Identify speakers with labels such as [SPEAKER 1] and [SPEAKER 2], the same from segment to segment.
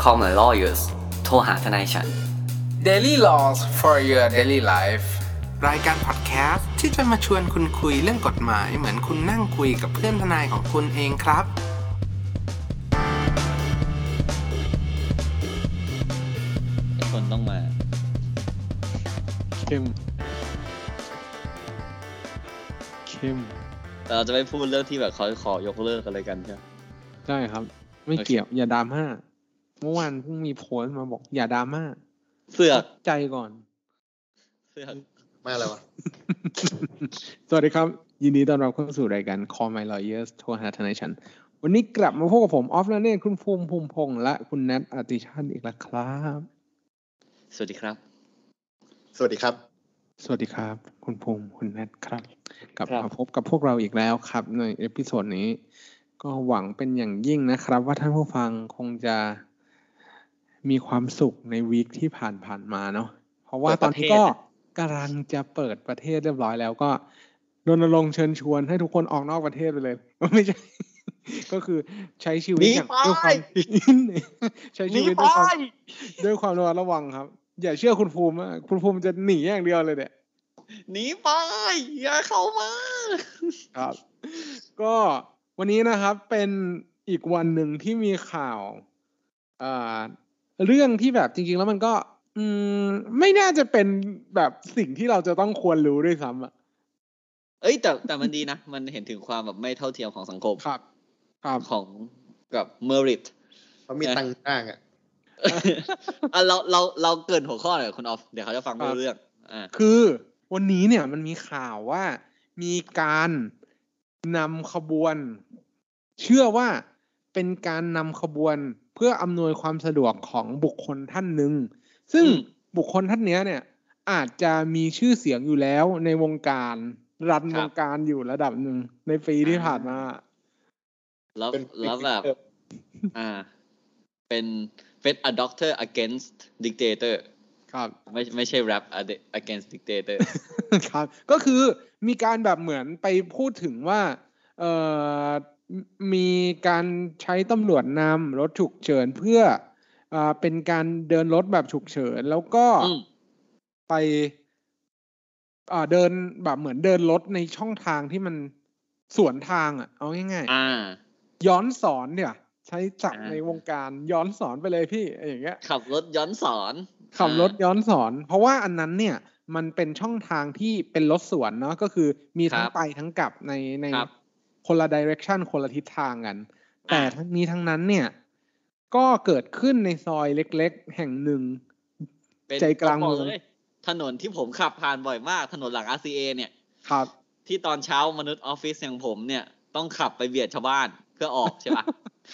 [SPEAKER 1] call my lawyers โทรหาทนายฉัน
[SPEAKER 2] Daily Laws for your daily life
[SPEAKER 3] รายการพอดแคสต์ที่จะมาชวนคุณคุยเรื่องกฎหมายเหมือนคุณนั่งคุยกับเพื่อนทนายของคุณเองครับ
[SPEAKER 4] คนต้องมา
[SPEAKER 5] เข้มเข้ม
[SPEAKER 4] เราจะไม่พูดเรื่องที่แบบเขาขอยกเลิกอะไรกันใช่ไหม
[SPEAKER 5] ได้ครับ ไม่
[SPEAKER 4] โอเค
[SPEAKER 5] เกี่ยว อย่าดราม่าเมื่อวานเพิ่งมีโพสต์มาบอก อย่าดราม่า
[SPEAKER 4] เสือก
[SPEAKER 5] ใจก่อน
[SPEAKER 4] เสือก
[SPEAKER 6] ไม่อะไรวะ
[SPEAKER 5] สวัสดีครับ ยินดีต้อนรับเข้าสู่รายการ Call My Lawyers โทรหาทนายฉัน วันนี้กลับมาพบกับผม ออฟและเนตคุณภูมิภูมิพงษ์และคุณแนทอติชาติอีกแล้วครับ
[SPEAKER 4] สวัสดีครับ
[SPEAKER 6] สวัสดีครับ
[SPEAKER 5] สวัสดีครับ คุณภูมิคุณแนทครับ กลับ
[SPEAKER 4] ครับ
[SPEAKER 5] มาพบกับพวกเราอีกแล้วครับ ในเอพิโซดนี้ ก็หวังเป็นอย่างยิ่งนะครับ ว่าท่านผู้ฟังคงจะมีความสุขในวีคที่ผ่านผ่านๆมาเนาะเพราะว่าตอนนี้ก็กำลังจะเปิดประเทศเรียบร้อยแล้วก็รณรงค์เชิญชวนให้ทุกคนออกนอกประเทศไปเลย ไม่ใช่ ก็คือใช้ชีวิตอย่างด้วยความ ใช้ชีวิตด้วยความ ด้วยความระมัดระวังครับ อย่าเชื่อคุณภูมิอะคุณภูมิจะหนีอย่างเดียวเลยเนี่ย
[SPEAKER 4] หนีไปอย่าเข้ามา
[SPEAKER 5] ครับ ก็วันนี้นะครับเป็นอีกวันหนึ่งที่มีข่าวเอ่อเรื่องที่แบบจริง ๆ แล้วมันก็ อืม ไม่น่าจะเป็นแบบสิ่งที่เราจะต้องควรรู้ด้วยซ้ำอะ
[SPEAKER 4] เอ้ยแต่แต่มันดีนะ มันเห็นถึงความแบบไม่เท่าเทียมของสังคม
[SPEAKER 5] ครับ ครับ
[SPEAKER 4] ของกับเมริต
[SPEAKER 6] เพราะมี
[SPEAKER 4] นะ
[SPEAKER 6] ตังค์จ้างอ่ะ
[SPEAKER 4] อ่ะ เราเราเราเกรินหัวข้อหน่อยคุณออฟ เดี๋ยวเขาจะฟังไม่รู้เรื่องอ่า
[SPEAKER 5] คือวันนี้เนี่ยมันมีข่าวว่ามีการนำขบวน เชื่อว่าเป็นการนำขบวนเพื่ออำนวยความสะดวกของบุคคลท่านหนึ่ง ซึ่งบุคคลท่านเนี้ยเนี่ย อาจจะมีชื่อเสียงอยู่แล้วในวงการรันวงการอยู่ระดับหนึ่งในปีที่ผ่านมา
[SPEAKER 4] แล้ว
[SPEAKER 6] เป็น
[SPEAKER 4] แล้วแบบ อ่า เป็นเป็น a doctor against dictator
[SPEAKER 5] ครับ
[SPEAKER 4] ไม่ไม่ใช่ rap against dictator
[SPEAKER 5] ครับ ก็คือมีการแบบเหมือนไปพูดถึงว่าเอ่อมมีการใช้ตำรวจนำรถฉุกเฉินเพื่อเอ่อเป็นการเดินรถแบบฉุกเฉิน แล้วก็
[SPEAKER 4] อืม
[SPEAKER 5] ไปเอ่อเดินแบบเหมือนเดินรถในช่องทางที่มันสวนทางอ่ะเอาง่าย
[SPEAKER 4] อ่า
[SPEAKER 5] ๆ ย้อนสอนเนี่ยใช้จับ
[SPEAKER 4] อ่า
[SPEAKER 5] ในวงการย้อนสอนไปเลยพี่อย่างเงี้ย
[SPEAKER 4] ขับรถย้อนสอน
[SPEAKER 5] ขับรถย้อนสอน เพราะว่าอันนั้นเนี่ยมันเป็นช่องทางที่เป็นรถสวนเนาะก็คือมีทั้ง
[SPEAKER 4] ครับ
[SPEAKER 5] ไปทั้งกลับในใน
[SPEAKER 4] ครับ
[SPEAKER 5] คนละดิเรกชันคนละทิศทางกัน แต่
[SPEAKER 4] อ่า
[SPEAKER 5] ทั้งนี้ทั้งนั้นเนี่ย ก็เกิดขึ้นในซอยเล็กๆ แห่งหนึ่ง
[SPEAKER 4] เป็น
[SPEAKER 5] ใจกลาง
[SPEAKER 4] ต้อบ
[SPEAKER 5] เมือง
[SPEAKER 4] ยถนนที่ผมขับผ่านบ่อยมาก ถนนหลัง RCA เนี่ย
[SPEAKER 5] ครับ
[SPEAKER 4] ที่ตอนเช้ามนุษย์ออฟฟิศอย่างผมเนี่ย ต้องขับไปเบียดชาวบ้านเพื่อออก ใช่ปะ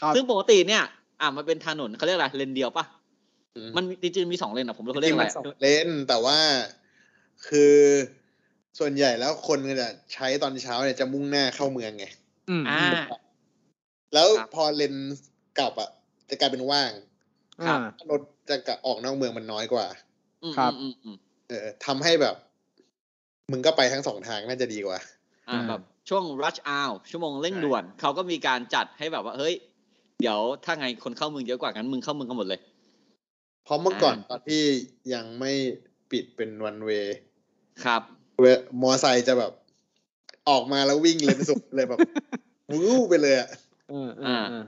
[SPEAKER 5] ครับ
[SPEAKER 4] ซึ่งปกติเนี่ย อ่ะมันเป็นถนนเขาเรียกอะไรเลนเดียวปะ
[SPEAKER 6] อืม
[SPEAKER 4] มันจริงๆมีสองเลนอ่ะผมรู้เขา
[SPEAKER 6] จ
[SPEAKER 4] เรีย
[SPEAKER 6] ริ
[SPEAKER 4] ก
[SPEAKER 6] ง
[SPEAKER 4] อะไรอะ
[SPEAKER 6] มันสองเล่นแต่ว่าคือส่วนใหญ่แล้วคนจะใช้ตอนเช้าเนี่ยจะมุ่งหน้าเข้าเมืองไง
[SPEAKER 5] อืม
[SPEAKER 4] อ่า
[SPEAKER 6] แล้ว
[SPEAKER 4] ครับ
[SPEAKER 6] พอเลนกลับอ่ะจะกลายเป็นว่าง
[SPEAKER 5] อ่า
[SPEAKER 6] รถจะกะออกนอกเมืองมันน้อยกว่า
[SPEAKER 4] อืม
[SPEAKER 5] ครับ
[SPEAKER 4] อืมอืม
[SPEAKER 6] เออทำให้แบบ มึงก็ไปทั้งสองทางน่าจะดีกว่า
[SPEAKER 4] อ่าแบบช่วง rush hour ชั่วโมงเร่งด่วน เขาก็มีการจัดให้แบบว่า เฮ้ย เดี๋ยวถ้าไงคนเข้าเมืองเยอะกว่างั้นมึงเข้าเมืองกันหมดเลย
[SPEAKER 6] เพราะเมื่อก่อน
[SPEAKER 4] อ่า
[SPEAKER 6] ตอนที่ยังไม่ปิดเป็นวันเวย์
[SPEAKER 4] ครับ
[SPEAKER 6] มอไซค์จะแบบ ออกมาแล้ววิ่งเลนสุดเลย แบบวู้ไปเลยอ่ะ
[SPEAKER 5] เออเออเออ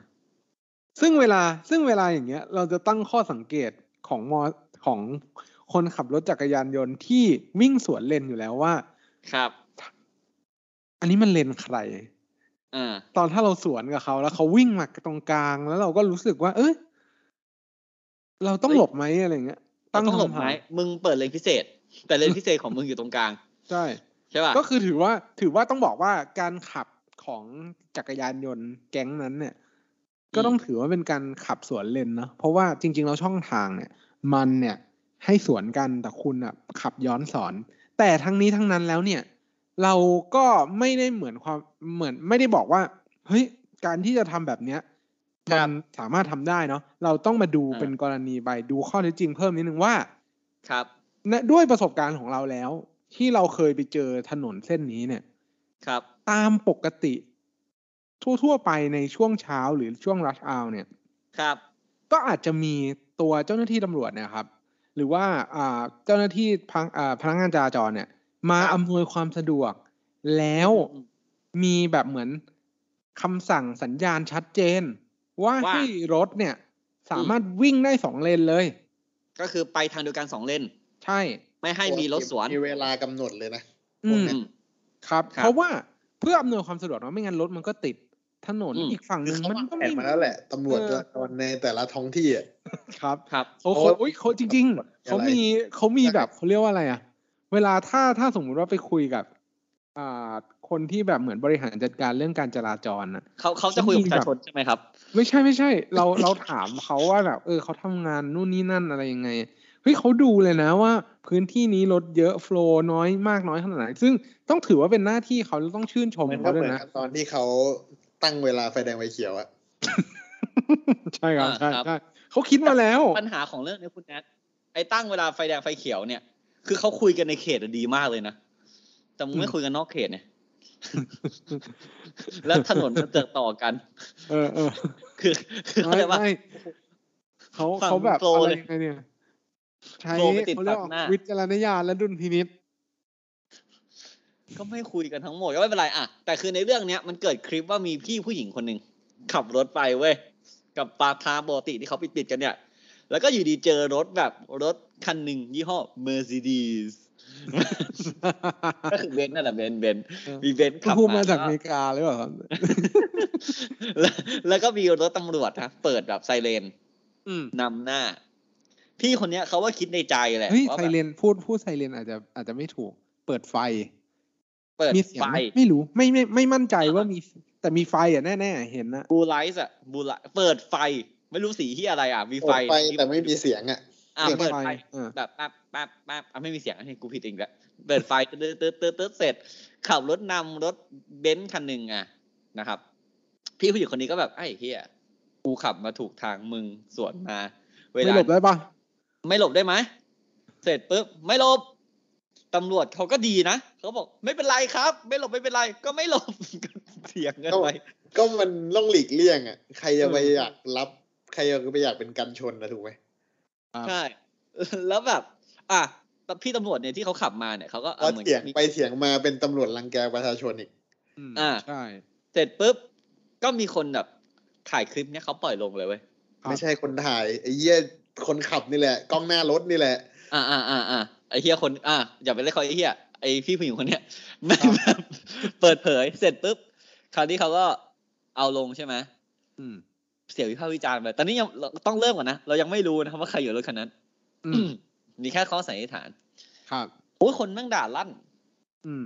[SPEAKER 5] ซึ่งเวลาซึ่งเวลาอย่างเงี้ย เราจะตั้งข้อสังเกตของมอของคนขับรถจักรยานยนต์ที่วิ่งสวนเลนอยู่แล้วว่า
[SPEAKER 4] ครับ
[SPEAKER 5] อันนี้มันเลนใคร
[SPEAKER 4] อ่า
[SPEAKER 5] ตอนถ้าเราสวนกับเขาแล้วเขาวิ่งมาตรงกลางแล้วเราก็รู้สึกว่า เอ้ยเราต้องหลบไหมอะไรเงี้ย
[SPEAKER 4] เราต้องหลบ
[SPEAKER 5] คำถา
[SPEAKER 4] ไหมมึงเปิดเลนพิเศษ แต่เลนพิเศษ ของมึงอยู่ตรงกลาง
[SPEAKER 5] ใช่
[SPEAKER 4] ใช่ปะ
[SPEAKER 5] ก็คือถือว่าถือว่าต้องบอกว่าการขับของจักรยานยนต์แก๊งนั้นเนี่ย ก็ต้องถือว่าเป็นการขับสวนเลนเนาะเพราะว่าจริง ๆ แล้วช่องทางเนี่ย มันเนี่ยให้สวนกันแต่คุณอ่ะขับย้อนสอน แต่ทั้งนี้ทั้งนั้นแล้วเนี่ย เราก็ไม่ได้เหมือนความเหมือนไม่ได้บอกว่า เฮ้ย การที่จะทำแบบเนี้ยมันสามารถทำได้เนาะเราต้องมาดู
[SPEAKER 4] อ่า
[SPEAKER 5] เป็นกรณีไปดูข้อเท็จจริงเพิ่มนิดนึงว่า
[SPEAKER 4] ครับ
[SPEAKER 5] ณด้วยประสบการณ์ของเราแล้ว ที่เราเคยไปเจอถนนเส้นนี้เนี่ย
[SPEAKER 4] ครับ
[SPEAKER 5] ตามปกติ ทั่ว ๆ ไปในช่วงเช้าหรือช่วงรัชอ r เนี่ย
[SPEAKER 4] ครับ
[SPEAKER 5] ก็อาจจะมีตัวเจ้าหน้าที่ตำรวจเนี่ยครับ หรือว่าอ่าเจ้าหน้าที่พังอ่าพนักงานจราจรเนี่ย มา
[SPEAKER 4] ครับ
[SPEAKER 5] อำนวยความสะดวก แล้ว
[SPEAKER 4] อืม
[SPEAKER 5] มีแบบเหมือนคำสั่งสัญญาณชัดเจน ว่า
[SPEAKER 4] ว่า
[SPEAKER 5] ให้รถเนี่ย สามารถวิ่งได้สองเลนเลย
[SPEAKER 4] ก็คือไปทางเดียวกันสองเลน
[SPEAKER 5] ใช่
[SPEAKER 4] ไม่ให้มีรถสวน
[SPEAKER 6] มีเวลากำหนดเลยนะ
[SPEAKER 5] อืม
[SPEAKER 4] อืม
[SPEAKER 5] ครับ
[SPEAKER 4] ครับ
[SPEAKER 5] เพราะว่าเพื่ออำนวยความสะดวกเนาะไม่งั้นรถมันก็ติดถนน
[SPEAKER 4] อืม
[SPEAKER 5] อีกฝั่งห
[SPEAKER 6] คือ
[SPEAKER 5] นึ่ง
[SPEAKER 6] เขา
[SPEAKER 5] มัน
[SPEAKER 6] วาง
[SPEAKER 5] ก็
[SPEAKER 6] แผ
[SPEAKER 5] ไม่
[SPEAKER 6] นมาแล้วแหละตำรวจจราจรในแต่ละท้องที่อะ
[SPEAKER 5] ครับ
[SPEAKER 4] ครับ
[SPEAKER 5] โอ้โห
[SPEAKER 6] เพราะว่า
[SPEAKER 5] โอ้ยเขาจริง ๆเขามีเขามีแบบเขาเรียกว่าอะไรอะเวลาถ้าถ้าสมมุติว่าไปคุยกับ อ่าคนที่แบบเหมือนบริหารจัดการเรื่องการจราจรน่ะ
[SPEAKER 4] เขาเขาจะคุยกับประชาชนใช่ไหมครับ
[SPEAKER 5] ไม่ใช่ไม่ใช่ เราเราถามเขาว่าแบบ เออเขาทำงานนู่นนี่นั่นอะไรยังไงเฮ้ยเขาดูเลยนะว่า พื้นที่นี้รถเยอะโฟลว์น้อยมากน้อยขนาดไหนซึ่งต้องถือว่าเป็นหน้าที่เขาแล้วต้องชื่นชม
[SPEAKER 6] มันก็
[SPEAKER 5] เขาด้ว
[SPEAKER 6] เหมือย น
[SPEAKER 5] นะ
[SPEAKER 6] กับตอนที่เขาตั้งเวลาไฟแดงไฟเขียวอะ
[SPEAKER 5] ใช่ครับใช่
[SPEAKER 4] อ่าครับ
[SPEAKER 5] ใช่เขาคิดมาแล้ว
[SPEAKER 4] ปัญหาของเรื่องนี้คุณแอดไอ้ตั้งเวลาไฟแดงไฟเขียวเนี่ย คือเขาคุยกันในเขตอะดีมากเลยนะ แต่มึงไม่คุยกันนอกเขตเนี่ย แล้วถนนมันเจอต่อกัน
[SPEAKER 5] เออเออ
[SPEAKER 4] คือคือเขา
[SPEAKER 5] ไม่
[SPEAKER 4] เรียกว่า
[SPEAKER 5] ไม่เขา
[SPEAKER 4] ฝั่ง
[SPEAKER 5] เขาแบบ
[SPEAKER 4] โปร
[SPEAKER 5] อะไร
[SPEAKER 4] เลย
[SPEAKER 5] ยังไงเนี่ยใช้
[SPEAKER 4] โปรไปติด
[SPEAKER 5] เขาเรียก
[SPEAKER 4] ฝั่
[SPEAKER 5] ว่าง
[SPEAKER 4] หน้า
[SPEAKER 5] วิจารณญาณและดุลพิ นิษ
[SPEAKER 4] ก็ไม่คุยกันทั้งหมดก็ไม่เป็นไรอะแต่คือในเรื่องเนี้ยมันเกิดคลิปว่ามีพี่ผู้หญิงคนหนึ่งขับรถไปเว้ยกับปาทางปกติที่เขาปิดปิดๆกันเนี่ย แล้วก็อยู่ดีเจอรถแบบรถคันหนึ่งยี่ห้อ Mercedes ก็คือเบนซ์นั่นแหละเบนซ์เบนซ์มีเบนซ์ขับ
[SPEAKER 5] พูดมา
[SPEAKER 4] มา
[SPEAKER 5] จากอ
[SPEAKER 4] แล้ว
[SPEAKER 5] เมริกาหรือเปล่าครับ
[SPEAKER 4] แล้วแล้วก็มีรถตำรวจนะเปิดแบบไซเรน
[SPEAKER 5] อืม
[SPEAKER 4] นำหน้า พี่คนเนี้ยเขาว่าคิดในใจแหละ
[SPEAKER 5] เฮ้ย
[SPEAKER 4] ว่า
[SPEAKER 5] ไซ
[SPEAKER 4] แบบ
[SPEAKER 5] เรนพูดพูดไซเรนอาจจะอาจจะไม่ถูก เปิดไฟ
[SPEAKER 4] เปิด
[SPEAKER 5] มีเสียง
[SPEAKER 4] ไฟ
[SPEAKER 5] ไหมไม่รู้ไม่ไม่ไม่มั่นใจว่ามีแต่มีไฟอ่ะแน่ๆเห็นนะ
[SPEAKER 4] บูไลท์อะบูไลเปิดไฟ ไม่รู้สีที่อะไรอ่ะ มีไฟ
[SPEAKER 6] เปิดไฟแต่ไม่มีเสียงอ่ะ
[SPEAKER 4] อ่ะเปิดไฟ
[SPEAKER 5] อ่า
[SPEAKER 4] แบบแป๊บแป๊บแป๊บอ่ะไม่มีเสียงอันนี้กูผิดเองละเปิดไฟตึ๊ดตึ๊ดตึ๊ดตึ๊ดเสร็จ ขับรถนำรถเบนซ์คันหนึ่งอ่ะนะครับ พี่ผู้หญิงคนนี้ก็แบบไอ้เฮียกูขับมาถูกทางมึงสวนมา เว
[SPEAKER 5] ไม่
[SPEAKER 4] ลา
[SPEAKER 5] หลบได้ปะ
[SPEAKER 4] ไม่หลบได้ไหม เสร็จปุ๊บไม่หลบ ตำรวจเขาก็ดีนะเขาบอกไม่เป็นไรครับ ไม่หลบไม่เป็นไร ก็ไม่หลบ ก็เถียงกันไป
[SPEAKER 6] ก็มันต้องหลีกเลี่ยงอ่ะ ใครจะไปอยากรับ ใครจะไปอยากเป็นกันชนนะถูกไหม
[SPEAKER 4] ใช่ แล้วแบบ อ่ะแล้วพี่ตำรวจเนี่ยที่เขาขับมาเนี่ยเขาก็
[SPEAKER 6] เพราะ
[SPEAKER 4] หมือน
[SPEAKER 6] เถียง
[SPEAKER 4] มี
[SPEAKER 6] ไปเถียงมาเป็นตำรวจรังแกประชาชนอีก
[SPEAKER 5] อืม
[SPEAKER 4] อ่า
[SPEAKER 5] ใช่
[SPEAKER 4] เสร็จปุ๊บ ก็มีคนแบบถ่ายคลิปเนี่ยเขาปล่อยลงเลยเว้ย
[SPEAKER 6] ไม่ใช่คนถ่ายไอ้เหี้ยคนขับนี่แหละ กล้องหน้ารถนี่แหละ
[SPEAKER 4] อ่าอ่าอ่าอ่าไอเฮียคน อ่าอย่าไปเรียกเขาไอเฮียไอพี่ผู้หญิงคนเนี้ยแม่งแบบ เปิดเผย เสร็จปุ๊บ คราวนี้เขาก็เอาลงใช่ไหม
[SPEAKER 5] อืม
[SPEAKER 4] เสียงวิพากษ์วิจารณ์ไปตอนนี้ยังเราต้องเริ่มก่อนนะ เรายังไม่รู้นะครับว่าใครอยู่รถคันนั้น
[SPEAKER 5] อืม
[SPEAKER 4] มีแค่ข้อสันนิษฐาน
[SPEAKER 5] ครับ
[SPEAKER 4] โอ้ยคนนั่งด่าลั่น
[SPEAKER 5] อืม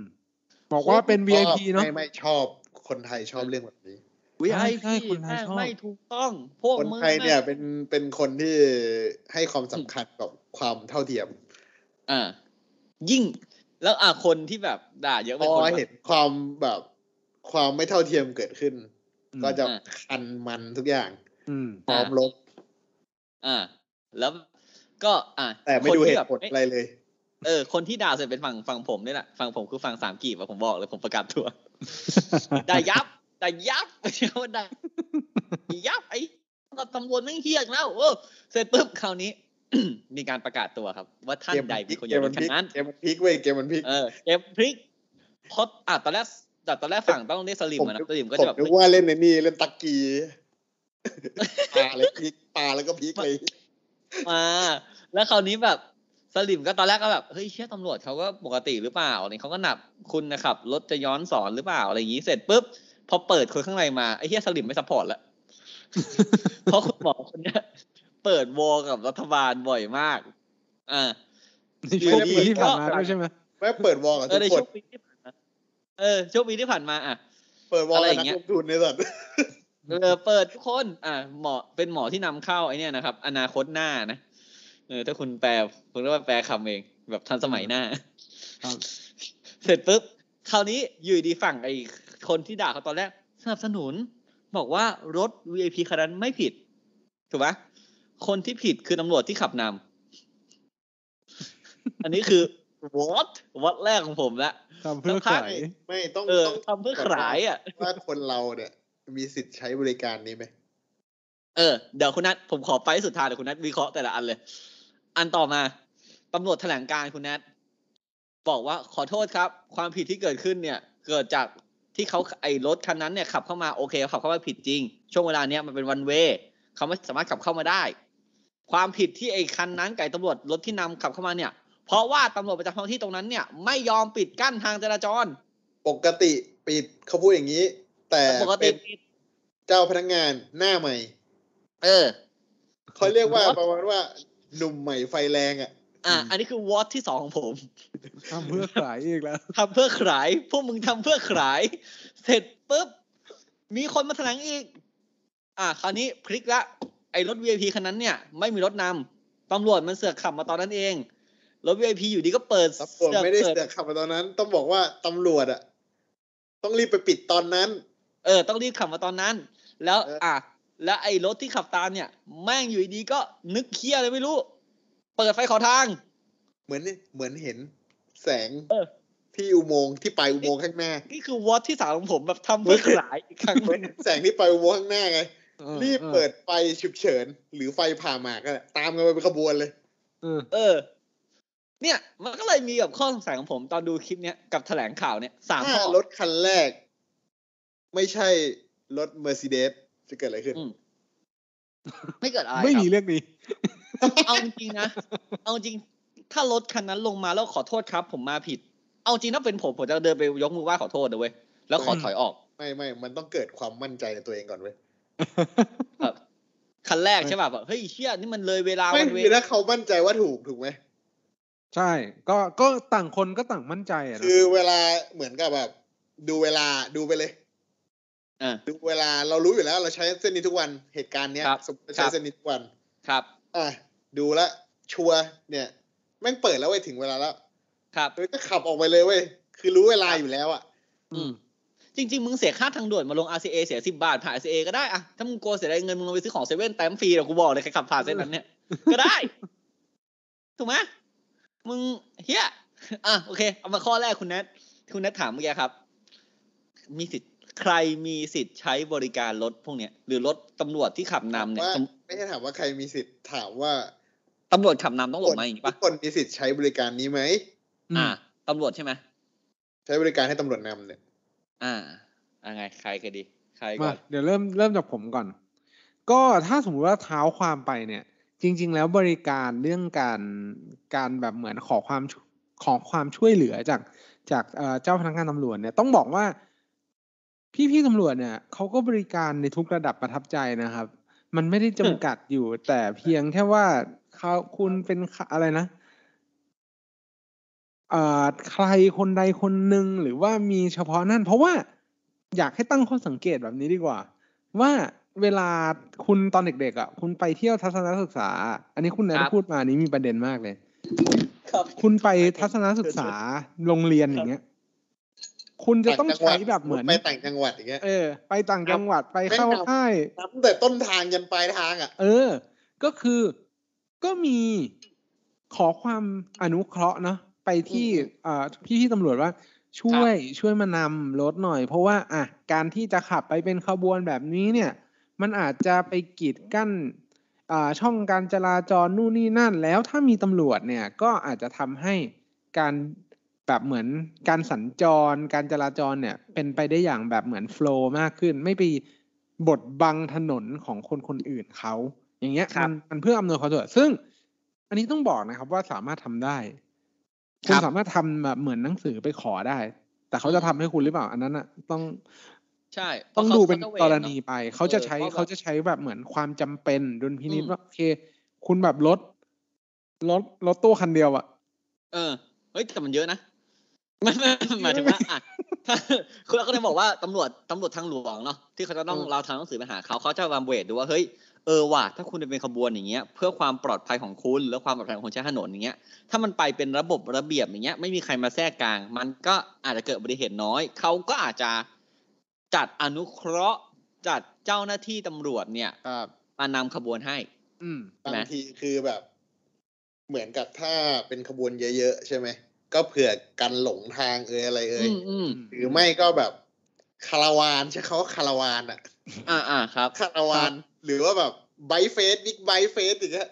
[SPEAKER 5] บอกว่าเป็น VIP เนาะ
[SPEAKER 6] ไม่ไม่ชอบ คนไทยชอบเรื่องแบบนี้
[SPEAKER 5] ใช่
[SPEAKER 4] VIP
[SPEAKER 5] ใช่คนไทย
[SPEAKER 4] แม่ง
[SPEAKER 5] ชอบ
[SPEAKER 4] ไม่ถูกต้อง พวก
[SPEAKER 6] คน
[SPEAKER 4] มึง
[SPEAKER 6] ไทยเนี่ย
[SPEAKER 4] แม่ง
[SPEAKER 6] เป็นเป็นคนที่ให้ความสำคัญกับความเท่าเทียม
[SPEAKER 4] อ่า ยิ่ง แล้วอ่าคนที่แบบด่าเยอะ
[SPEAKER 6] พ
[SPEAKER 4] เป็น
[SPEAKER 6] อ
[SPEAKER 4] คน
[SPEAKER 6] เห็นความแบบความไม่เท่าเทียมเกิดขึ้น
[SPEAKER 5] อืม
[SPEAKER 6] ก็จะคันมันทุกอย่าง
[SPEAKER 5] อืม
[SPEAKER 6] พร้อมลบ
[SPEAKER 4] อ่า แล้วก็ อ่า
[SPEAKER 6] แต่ไม่ดูเหตุผล
[SPEAKER 4] คนที่แบบ
[SPEAKER 6] อะไรเลย
[SPEAKER 4] เออ คนที่ด่าเสร็จเป็นฝั่งฝั่งผมนี่แหละ ฝั่งผมคือฝั่งสามกีบอะผมบอกเลยผมประกาศตัว ด่ายับด่ายับ ไม่ใช่ว่าด่ายับไอ้ตำรวจแม่งเฮี้ยอีกแล้วเออเสร็จปุ๊บคราวนี้ มีการประกาศตัวครับ ว่าท่าน
[SPEAKER 6] เกม
[SPEAKER 4] ใด
[SPEAKER 6] มันพ
[SPEAKER 4] เป็นคนอยู่ในคั
[SPEAKER 6] ลิกเกมมันพลิ
[SPEAKER 4] น
[SPEAKER 6] ก
[SPEAKER 4] นั้น
[SPEAKER 6] เกมมันพลิกเว้ยเกมมันพลิก
[SPEAKER 4] เออเกมพลิกเพราะอ่ะตอนแรกแต่ตอนแรกฝั่งต้องเรียกสลิมอะนะสลิมก็
[SPEAKER 6] ผม
[SPEAKER 4] จะแบบ
[SPEAKER 6] นึกว่าเล่นในนี่เล่นตะกีปลาเลยพลิกปลาแล้วก็พลิกเลย
[SPEAKER 4] มาแล้วคราวนี้แบบสลิมก็ตอนแรกก็แบบเฮ้ยเชี่ยตำรวจเขาก็ปกติหรือเปล่าอะไรเขาก็หนับคุณนะครับรถจะย้อนสอนหรือเปล่าอะไรอย่างนี้เสร็จปุ๊บพอเปิดคนข้างในมาไอ้เฮียสลิมไม่ซัพพอร์ตละ เพราะคุณหมอคนเนี้ยเปิดวอลกับรัฐบาลบ่อยมาก อ่า
[SPEAKER 5] ในช่วงปีที่ผ่านมาด้วยใช่ไหม
[SPEAKER 6] แม่งเปิดวอลกับ
[SPEAKER 4] เอ
[SPEAKER 6] ทุ
[SPEAKER 4] อก ใน
[SPEAKER 6] ค
[SPEAKER 4] ช่วง
[SPEAKER 6] น
[SPEAKER 4] ปีที่ผ่านมาเออช่วงปีที่ผ่านมาอ่ะ
[SPEAKER 6] เปิดวอล
[SPEAKER 4] อะไรอ
[SPEAKER 6] กั
[SPEAKER 4] บ ย่าง
[SPEAKER 6] นัก
[SPEAKER 4] เงี้ย
[SPEAKER 6] ลงทุนในสัตว์
[SPEAKER 4] เออเปิดทุกคน อ่ะหมอเป็นหมอที่นำเข้าไอเนี่ยนะครับ อนาคตหน้านะเออถ้าคุณแปลคุณก็ว่าแปลคำเอง แบบทันสมัยหน้า
[SPEAKER 5] ครับ
[SPEAKER 4] เสร็จปุ๊บคราวนี้อยู่ดีฝั่งไอคนที่ด่าเขาตอนแรกสนับสนุน บอกว่ารถ VIP คันนั้นไม่ผิด ถูกไหมคนที่ผิดคือตำรวจที่ขับนำ อันนี้คือ what what แรกของผมละ
[SPEAKER 5] ทำเพื่อ
[SPEAKER 4] สั
[SPEAKER 5] ขาก
[SPEAKER 4] พั
[SPEAKER 5] ย
[SPEAKER 4] ก
[SPEAKER 6] ไม่ต้อง
[SPEAKER 4] เออ
[SPEAKER 6] ต้อง
[SPEAKER 4] ทำเพื่อขายอ่ะ
[SPEAKER 6] ว่าคนเราเนี่ย มีสิทธิ์ใช้บริการนี้ไหม
[SPEAKER 4] เ เออเดี๋ยวคุณนัทผมขอไปให้สุดทางเดี๋ยวคุณนัทวิเคราะห์แต่ละอันเลย อันต่อมาตำรวจแถลงการณ์คุณนัทบอกว่าขอโทษครับ ความผิดที่เกิดขึ้นเนี่ย เกิดจากที่เขาไอ้รถคันนั้นเนี่ยขับเข้ามาโอเคขับเข้ามาผิดจริง ช่วงเวลาเนี้ยมันเป็นวันเวเขาไม่สามารถขับเข้ามาได้ ความผิดที่ไอ้คันนั้นไก่ตำรวจรถที่นำขับเข้ามาเนี่ย เพราะว่าตำรวจประจำท้องที่ตรงนั้นเนี่ย ไม่ยอมปิดกั้นทางจราจร
[SPEAKER 6] ปกติปิดเขาพูดอย่างนี้ แต่
[SPEAKER 4] ปกติ
[SPEAKER 6] เป็น
[SPEAKER 4] ปิด
[SPEAKER 6] เจ้าพนักงานหน้าใหม่
[SPEAKER 4] เออ
[SPEAKER 6] เขาเรียกว่าประมาณว่าหนุ่มใหม่ไฟแรงอ่ะ
[SPEAKER 4] อ่ะอันนี้คือวอตที่สองของผม
[SPEAKER 5] ทำเพื่อขายอีกแล้ว
[SPEAKER 4] ทำเพื่อขาย พวกมึงทำเพื่อขาย เสร็จปุ๊บ มีคนมาแถลงอีก อ่ะคราวนี้พลิกละ ไอ้รถ VIP คันนั้นเนี่ย ไม่มีรถนำตำรวจมันเสือกขับมาตอนนั้นเอง รถ VIP อยู่ดีก็เปิด
[SPEAKER 6] ตำรวจไม่ได้เสือกขับมาตอนนั้น ต้องบอกว่าตำรวจอะต้องรีบไปปิดตอนนั้น
[SPEAKER 4] เออ ต้องรีบขับมาตอนนั้น แล้ว อ่ะ แล้วไอ้รถที่ขับตามเนี่ย แม่งอยู่ดีๆก็นึกเคี้ยอะไรไม่รู้ เปิดไฟขอทาง
[SPEAKER 6] เหมือนเหมือนเห็นแสง
[SPEAKER 4] เออ
[SPEAKER 6] ที่อุโมงค์ที่ปลายอุโมงค์ข้างหน้า
[SPEAKER 4] นี่คือวอตที่สามของผมแบบทำเพื่อขายอีกครั้งห
[SPEAKER 6] เหมือน
[SPEAKER 4] นึ่ง
[SPEAKER 6] เห็นแสงที่ปลายอุโมงค์ข้างหน้าไง
[SPEAKER 5] เออ
[SPEAKER 6] รีบเปิดไฟฉุกเฉิน หรือไฟผ่าหมากก็แหละตามกันไปเป็นขบวนเลย
[SPEAKER 5] เออ
[SPEAKER 4] เออ เนี่ย มันก็เลยมีแบบข้อสงสัยของผมตอนดูคลิปเนี้ยกับแถลงข่าวเนี่ยสาม
[SPEAKER 6] ถ้า
[SPEAKER 4] ข้อ
[SPEAKER 6] รถคันแรก ไม่ใช่รถเมอร์เซเดสจะเกิดอะไรขึ้น
[SPEAKER 4] อืม ไม่เกิดอะไร
[SPEAKER 5] ไม่
[SPEAKER 4] ค
[SPEAKER 5] มี
[SPEAKER 4] รับ
[SPEAKER 5] เรื่องนี้
[SPEAKER 4] เอาจริงๆนะ เอาจริง ถ้ารถคันนั้นลงมาแล้วขอโทษครับ ผมมาผิด เอาจริงถ้าเป็นผมผมจะเดินไปยกมือไหว้ขอโทษนะเว้ยแล้วขอถอยออก
[SPEAKER 6] ไม่ไม่มันต้องเกิดความมั่นใจในตัวเองก่อนเว้ย
[SPEAKER 4] คันแรกใช่ป่ะแบบเฮ้ยเชี่ยนี่มันเลยเวลา
[SPEAKER 6] ไม่
[SPEAKER 4] วันเว
[SPEAKER 6] คือถ้าเขามั่นใจว่าถูกถูกไหม
[SPEAKER 5] ใช่ ก็ก็ต่างคนก็ต่างมั่นใจอ่ะนะ
[SPEAKER 6] คือเวลาเหมือนกับแบบ ดูเวลาดูไปเลย
[SPEAKER 4] อ่า
[SPEAKER 6] ดูเวลาเรารู้อยู่แล้วเราใช้เส้นนี้ทุกวันเหตุการณ์เนี้ย
[SPEAKER 4] ครับ
[SPEAKER 6] สมมติเราใช้
[SPEAKER 4] ครับ
[SPEAKER 6] เส้นนี้ทุกวัน
[SPEAKER 4] ครับ
[SPEAKER 6] อ่ะดูละชัวร์เนี่ยแม่งเปิดแล้วเว้ยถึงเวลาแล้ว
[SPEAKER 4] ครับ
[SPEAKER 6] เฮ้ยก็ขับออกไปเลยเว้ยคือรู้เวลาอยู่แล้วอ่ะ
[SPEAKER 4] อืม จริง ๆ มึงเสียค่าทางด่วนมาลง RCA เสียสิบาทผ่าน RCA ก็ได้อะถ้ามึงกลัวเสียดายเงินมึงลงไปซื้อของเซเว่นแต้มฟรีเดี๋ยวกูบอกเลยใครขับผ่านเส้นนั้นเนี่ย ก็ได้ ถูกไหมมึงเฮียอ่ะโอเค เอามาข้อแรกคุณแนทคุณแนทถามเมื่อกี้ครับ มีสิทธิ์ใครมีสิทธิ์ใช้บริการรถพวกเนี้ย หรือรถตำรวจที่ขับนำเนี่ย
[SPEAKER 6] ว่า
[SPEAKER 4] ตำ
[SPEAKER 6] ไม่ใช่ถามว่าใครมีสิทธิ์ถามว่า
[SPEAKER 4] ตำรวจขับนำต้องหลบไหมอย่างงี้
[SPEAKER 6] ทุ
[SPEAKER 4] ปะ
[SPEAKER 6] กคนมีสิทธิ์ใช้บริการนี้ไหม
[SPEAKER 5] อืม
[SPEAKER 4] อ่าตำรวจใช่ไหม
[SPEAKER 6] ใช้บริการให้ตำรวจนำเนี่ย
[SPEAKER 4] อ่าอ่าไงใครก็ดี ใครก่
[SPEAKER 5] มา
[SPEAKER 4] อน
[SPEAKER 5] เดี๋ยวเริ่มเริ่มจากผมก่อน ก็ถ้าสมมติว่าเท้าความไปเนี่ย จริง ๆ แล้วบริการเรื่องการการแบบเหมือนขอความชขอความช่วยเหลือจากจากเอ่อเจ้าพนักงานตำรวจเนี่ยต้องบอกว่า พี่ๆตำรวจเนี่ยเขาก็บริการในทุกระดับประทับใจนะครับ มันไม่ได้จำกัดอยู่ แต่เพียงแค่ว่าเขาคุณเป็นใครอะไรนะ เอ่อใครคนใดคนหนึ่งหรือว่ามีเฉพาะนั่น เพราะว่าอยากให้ตั้งข้อสังเกตแบบนี้ดีกว่า ว่าเวลาคุณตอนเด็กๆอ่ะคุณไปเที่ยวทัศนศึกษา อันนี้คุณแอนพูดมานี้มีประเด็นมากเลย
[SPEAKER 4] ครับ
[SPEAKER 5] คุณไปทัศนศึกษาโรงเรียนอย่างเงี้ย คุณจะต้องใช้แบบเหมือน
[SPEAKER 6] ไปต่างจังหวัดอย่างเงี้ย
[SPEAKER 5] เออ ไปต่างจังหวัดไปเข้า
[SPEAKER 6] แม่งเอา
[SPEAKER 5] ค่าย
[SPEAKER 6] นับตั้งแต่ต้นทางยันปลายทางอ่ะ
[SPEAKER 5] เออ ก็คือก็มีขอความอนุเคราะห์เนาะไปที่เอ่อพี่ที่ตำรวจว่า ช่วยช่วยมานำรถหน่อย เพราะว่าอ่ะการที่จะขับไปเป็นขบวนแบบนี้เนี่ย มันอาจจะไปกีดกั้นอ่าช่องการจราจรนู่นนี่นั่น แล้วถ้ามีตำรวจเนี่ย ก็อาจจะทำให้การแบบเหมือนการสัญจร การจราจรเนี่ย เป็นไปได้อย่างแบบเหมือนโฟล์มากขึ้น ไม่ไปบดบังถนนของคนคนอื่นเขา อย่างเงี้ย
[SPEAKER 4] ครับ
[SPEAKER 5] มันมันเพื่ออำนวยความสะดวกซึ่ง อันนี้ต้องบอกนะครับว่าสามารถทำได้
[SPEAKER 4] ค
[SPEAKER 5] คุ
[SPEAKER 4] รั
[SPEAKER 5] ณ
[SPEAKER 4] บ
[SPEAKER 5] สามารถทำแบบเหมือนหนังสือไปขอได้ แต่เขาจะทำให้คุณหรือเปล่า อันนั้นอ่ะต้อง
[SPEAKER 4] ใช่พ
[SPEAKER 5] ต้อ
[SPEAKER 4] ราะ
[SPEAKER 5] ง
[SPEAKER 4] ขา
[SPEAKER 5] ดูเป็น
[SPEAKER 4] ขาจะว
[SPEAKER 5] ก
[SPEAKER 4] ท
[SPEAKER 5] ร
[SPEAKER 4] เอะ
[SPEAKER 5] ณีไป เขาจะ
[SPEAKER 4] เออ
[SPEAKER 5] ใช้
[SPEAKER 4] เพราะแบบ
[SPEAKER 5] เขาจะใช้แบบเหมือนความจำเป็นดุลพินิจ
[SPEAKER 4] อืม
[SPEAKER 5] ว่าโอเค คุณแบบรถรถรถตู้คันเดียวอะ
[SPEAKER 4] เออ เฮ้ยแต่มันเยอะนะมันมันหมายถึงว่าอ่ะ ถ้าคุณเราก็เลยบอกว่าตำรวจตำรวจทางหลวงเนาะที่เขาจะต้องเราทางหนังสือไปหาเขาเขาจะวางเวทดูว่าเฮ้ยเออว่ะถ้าคุณจะเป็นขบวนอย่างเงี้ยเพื่อความปลอดภัยของคุณและความปลอดภัยของคนใช้ถนนอย่างเงี้ยถ้ามันไปเป็นระบบระเบียบอย่างเงี้ยไม่มีใครมาแทรกกลาง มันก็อาจจะเกิดอุบัติเหตุน้อย เขาก็อาจจะจัดอนุเคราะห์จัดเจ้าหน้าที่ตำรวจเนี่ย
[SPEAKER 5] ครับ
[SPEAKER 4] มานำขบวนให้
[SPEAKER 5] อืม
[SPEAKER 6] บาง
[SPEAKER 4] นะ
[SPEAKER 6] ทีคือแบบ เหมือนกับถ้าเป็นขบวนเยอะๆใช่ไหมก็เผื่อกันหลงทางเอยอะไรเอย
[SPEAKER 4] อืมอืม
[SPEAKER 6] หรือไม่ก็แบบคาราวานใช้เขาคาราวานอ่ะ
[SPEAKER 4] อ่าอ่าครับ
[SPEAKER 6] คาราวานหรือว่าแบบ ไบเฟสบิ๊กไบเฟสอีกฮะ